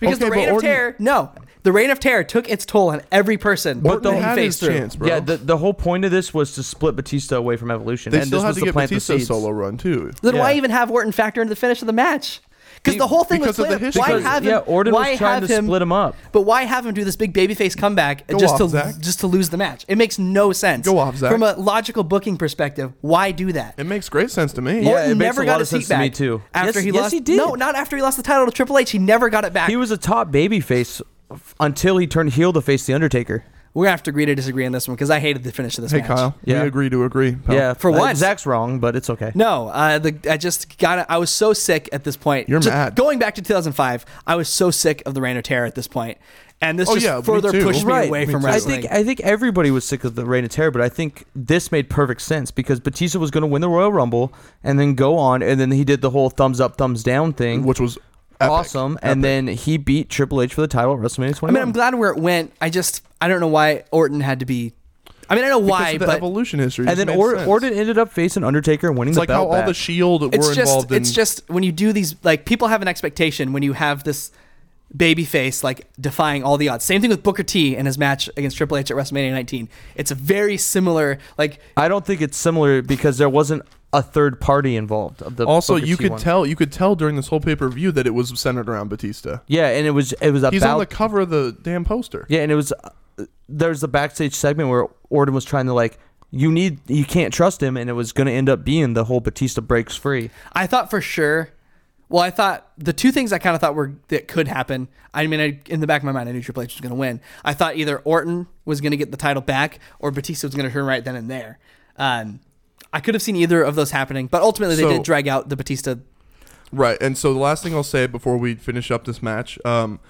A: because
B: Okay,
A: the
B: but
A: reign of
B: Orton-
A: terror. No, the reign of terror took its toll on every person.
B: Orton
A: that he
B: had his
A: faced through.
B: chance, bro.
C: Yeah, the, the whole point of this was to split Batista away from Evolution.
B: they
C: and
B: still
C: this
B: had
C: was
B: to
C: to
B: get
C: plant the
B: Batista's
C: seeds.
B: solo run too.
A: Then why
C: Yeah.
A: even have Orton factor into the finish of the match? Because the whole thing was
B: because of the
A: planned.
B: history.
A: Why
B: Because-
A: have him?
C: yeah, Orton
A: why
C: was trying
A: have
C: to
A: him-
C: split him up.
A: But why have him do this big babyface comeback
B: Go
A: just
B: off,
A: to
B: Zach.
A: just to lose the match? It makes no sense.
B: Go off, Zach.
A: From a logical booking perspective, why do that?
B: It makes great sense to me.
C: Yeah,
A: Orton
C: it makes
A: never
C: a
A: got
C: lot
A: his
C: of
A: seat
C: sense to me,
A: back
C: too.
A: After
C: Yes-
A: he
C: yes,
A: lost,
C: he did.
A: No, not after he lost the title to Triple H. He never got it back.
C: He was a top babyface f- until he turned heel to face The Undertaker.
A: We're gonna have to agree to disagree on this one because I hated the finish of this
B: Hey,
A: match.
B: Kyle.
C: Yeah.
B: We agree to agree. pal.
C: Yeah,
A: For
C: uh,
A: once.
C: Zach's wrong, but it's okay.
A: No, uh, the I just got. I was so sick at this point.
B: You're
A: Just
B: mad.
A: Going back to 2005, I was so sick of the Reign of Terror at this point, and this
B: Oh,
A: just
B: yeah, me
A: further
B: too.
A: pushed me
C: Right,
A: away
B: me
A: from
B: too.
C: I
A: wrestling.
C: think I think everybody was sick of the Reign of Terror, but I think this made perfect sense because Batista was going to win the Royal Rumble and then go on, and then he did the whole thumbs up, thumbs down thing,
B: Which was epic.
C: awesome, and then he beat Triple H for the title at WrestleMania
A: I
C: 21.
A: mean, I'm glad where it went. I just I don't know why Orton had to be. I mean, I know
B: Because
A: why,
B: of the
A: but
B: evolution history.
C: and
B: just
C: then
B: made
C: or-
B: sense.
C: Orton ended up facing Undertaker and winning
B: It's
C: the
B: like how
C: belt
B: all
C: back.
B: the Shield were
A: it's just
B: involved in.
A: it's just when you do these like people have an expectation when you have this baby face like defying all the odds. Same thing with Booker T in his match against Triple H at WrestleMania 19. It's a very similar like
C: I don't think it's similar because there wasn't a third party involved. Of the
B: also,
C: Booker
B: you
C: T
B: could
C: one.
B: tell you could tell during this whole pay per view that it was centered around Batista.
C: Yeah, and it was it was about
B: He's on the cover of the damn poster.
C: yeah, and it was uh, there's the backstage segment where Orton was trying to like you need you can't trust him, and it was going to end up being the whole Batista breaks free.
A: I thought for sure. Well, I thought the two things I kind of thought were that could happen. I mean, I, in the back of my mind, I knew Triple H was going to win. I thought either Orton was going to get the title back or Batista was going to turn right then and there. Um, I could have seen either of those happening, but ultimately they
B: So-
A: did drag out the Batista.
B: Right. And so the last thing I'll say before we finish up this match, um,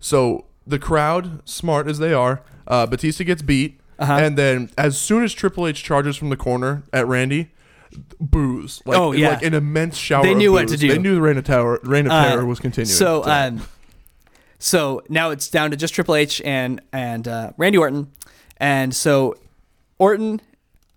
B: so the crowd, smart as they are, uh, Batista gets beat,
A: Uh-huh.
B: and then as soon as Triple H charges from the corner at Randy, boos like
A: Oh, yeah.
B: like an immense shower.
A: They
B: of
A: knew what
B: boos.
A: to do.
B: They knew the reign of terror, reign of
A: Uh,
B: terror was continuing.
A: So,
B: So,
A: um, so now it's down to just Triple H and and uh, Randy Orton, and so Orton.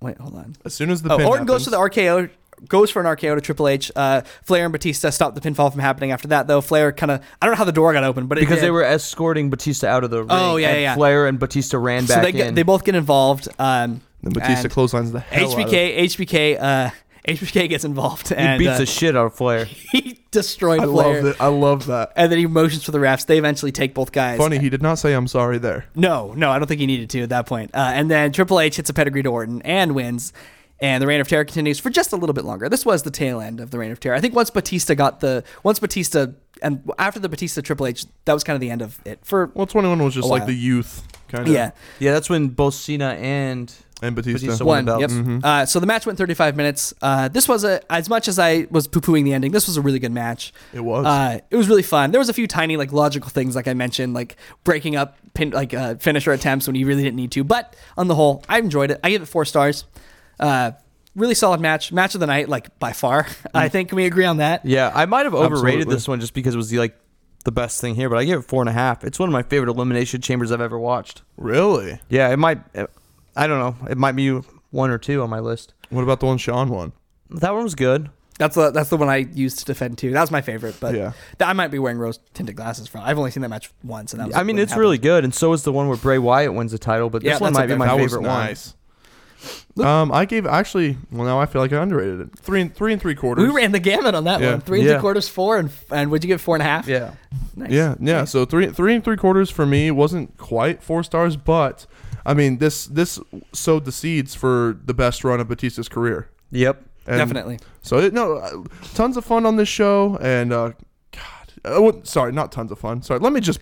A: Wait, hold on.
B: as soon as the
A: Oh,
B: pin
A: Orton goes
B: happens-
A: for the RKO, goes for an RKO to Triple H. Uh, Flair and Batista stop the pinfall from happening after that, though. Flair kind of, I don't know how the door got open, but it
C: Because
A: did.
C: they were escorting Batista out of the ring.
A: Oh, yeah,
C: and
A: yeah, yeah.
C: Flair and Batista ran
A: so
C: back
A: they, get,
C: in.
A: they both get involved. Um,
B: Then Batista
A: and
B: clotheslines the hell out of him.
A: HBK, HBK, uh, HBK gets involved
C: he
A: and
C: beats
A: uh, (laughs)
C: the shit out of Flair.
A: he destroyed
B: I
A: Flair.
B: love that. I love that.
A: And then he motions for the refs. They eventually take both guys.
B: Funny, he did not say I'm sorry there.
A: No, no, I don't think he needed to at that point. Uh, and then Triple H hits a pedigree to Orton and wins. And the reign of terror continues for just a little bit longer. This was the tail end of the reign of terror. I think once Batista got the once Batista and after the Batista Triple H, that was kind of the end of it for
B: Well, 21 was
A: A
B: just like
A: while.
B: the youth kind of.
A: yeah
C: Yeah, that's when both Cena and
B: And Batista.
C: Batista
A: one.
C: won the Mm-hmm. belt.
A: Yep. Uh, so the match went 35 minutes. Uh, this was a as much as I was poo pooing the ending. This was a really good match.
B: It was.
A: Uh, it was really fun. There was a few tiny like logical things, like I mentioned, like breaking up pin like uh, finisher attempts when you really didn't need to. But on the whole, I enjoyed it. I give it four stars. Uh, really solid match, match of the night, like by far. I think we agree on that.
C: Mm-hmm. Yeah, I might have overrated
B: Absolutely.
C: this one just because it was the, like the best thing here, but I give it four and a half. It's one of my favorite elimination chambers I've ever watched.
B: Really?
C: Yeah, it might. uh, I don't know. It might be one or two on my list.
B: What about the one Sean won?
C: That one was good.
A: That's the that's the one I used to defend too. That was my favorite, but
B: Yeah.
A: th- I might be wearing rose tinted glasses for. I've only seen that match once, and that was
C: I mean,
A: when it
C: it's
A: happened.
C: really good, and so is the one where Bray Wyatt wins the title. But
A: Yeah,
C: this one
A: that's a
C: might be
A: good-
C: my
B: that
C: favorite
B: was nice.
A: Look-
B: Um, I gave actually. Well, now I feel like I underrated it. Three and three and three quarters.
A: We ran the gamut on that
B: Yeah.
A: one. Three and
C: Yeah.
A: three quarters, four, and and would you get four and a half?
C: one. Yeah,
A: Nice.
B: Yeah, yeah. So three, three and three quarters for me wasn't quite four stars, but I mean this this sowed the seeds for the best run of Batista's career.
C: yep.
B: And
A: definitely.
B: So it, no, uh, tons of fun on this show, and uh, God, uh, what- sorry, not tons of fun. Sorry, let me just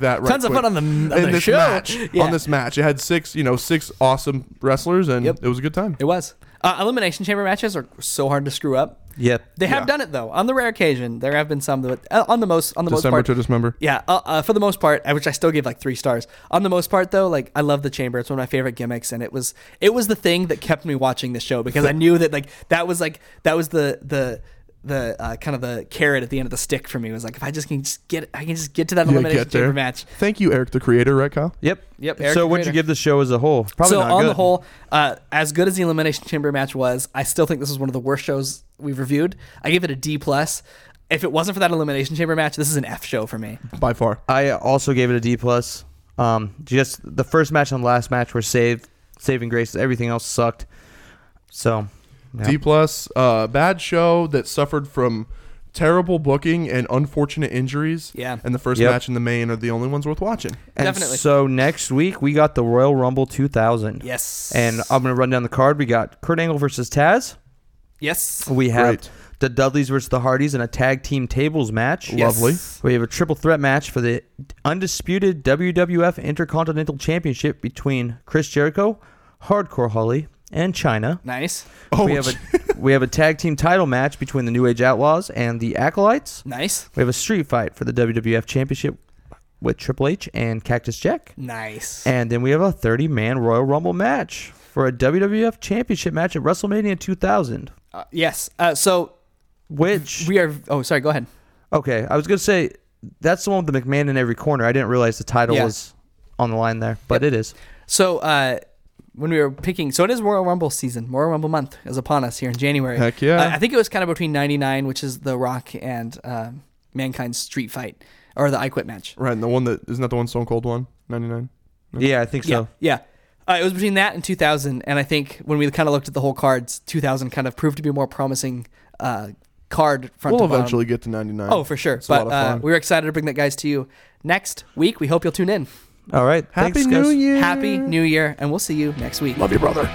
A: (laughs)
B: that. Right
A: Tons of
B: quick.
A: fun on the, on
B: in
A: the
B: this
A: show.
B: match.
A: (laughs) Yeah.
B: On this match, it had six, you know, six awesome wrestlers, and
A: Yep.
B: it was a good time.
A: It was. Uh, elimination chamber matches are so hard to screw up.
C: Yep.
A: They have
B: Yeah.
A: done it though. On the rare occasion, there have been some, but uh, on the most, on the most
B: December
A: part,
B: to December.
A: yeah. Uh, uh, for the most part, I- which I still give like three stars. On the most part, though, like I love the chamber. It's one of my favorite gimmicks, and it was it was the thing that kept me watching this show because I knew that like that was like that was the the the uh, kind of the carrot at the end of the stick for me was like if I just can just get I can just get to that
B: Yeah,
A: elimination
B: get there.
A: chamber match.
B: Thank you, Eric, the creator, right, Kyle?
C: Yep.
A: Yep, Eric
C: so
A: the
C: what'd you
A: Creator.
C: give the show as a whole? Probably
A: so
C: not
A: on
C: good.
A: the whole, uh, as good as the elimination chamber match was, I still think this is one of the worst shows we've reviewed. I give it a D plus. If it wasn't for that elimination chamber match, this is an F show for me.
B: By far.
C: I also gave it a D plus. Um, just the first match and the last match were saved, saving grace. Everything else sucked. So, yeah.
B: D plus, uh, bad show that suffered from terrible booking and unfortunate injuries.
A: Yeah.
B: And the first
C: Yep.
B: match and the main are the only ones worth watching.
C: And
A: Definitely.
C: So next week we got the Royal Rumble 2000.
A: Yes.
C: And uh, I'm gonna run down the card. We got Kurt Angle versus Taz.
A: yes.
C: We have
B: Great.
C: the Dudleys versus the Hardys in a tag team tables match.
A: Yes.
B: Lovely.
C: We have a triple threat match for the undisputed WWF Intercontinental Championship between Chris Jericho, Hardcore Holly, and China.
A: Nice.
B: Oh,
C: we have a (laughs) we have a tag team title match between the New Age Outlaws and the Acolytes.
A: Nice.
C: We have a street fight for the WWF Championship with Triple H and Cactus Jack.
A: Nice.
C: And then we have a 30 man Royal Rumble match for a WWF Championship match at WrestleMania 2000.
A: Uh, yes. Uh, so
C: Which,
A: we are. Oh, sorry. Go ahead.
C: okay, I was going to say that's the one with the McMahon in every corner. I didn't realize the title
A: Yeah.
C: was on the line there, but it is.
A: So uh, when we were picking, so it is Royal Rumble season. Royal Rumble month is upon us here in January.
B: Heck yeah.
A: Uh, I think it was kind of between '99, which is the Rock and um, Mankind's street fight, or the I Quit match.
B: (laughs) right, and the one that isn't that the one Stone Cold one? Ninety nine.
C: Yeah, I think so.
A: Yeah. yeah. Uh, it was between that and 2000. And I think when we kind of looked at the whole cards, 2000 kind of proved to be a more promising uh, card front to
B: We'll
A: bottom.
B: eventually get to ninety nine.
A: Oh, for sure.
B: It's a
A: but
B: lot of
A: uh,
B: fun.
A: we were excited to bring that, guys, to you next week. We hope you'll tune in.
C: All right.
B: Happy
C: thanks,
B: New
C: guys.
B: Year.
A: Happy New Year, and we'll see you next week.
B: Love you, brother.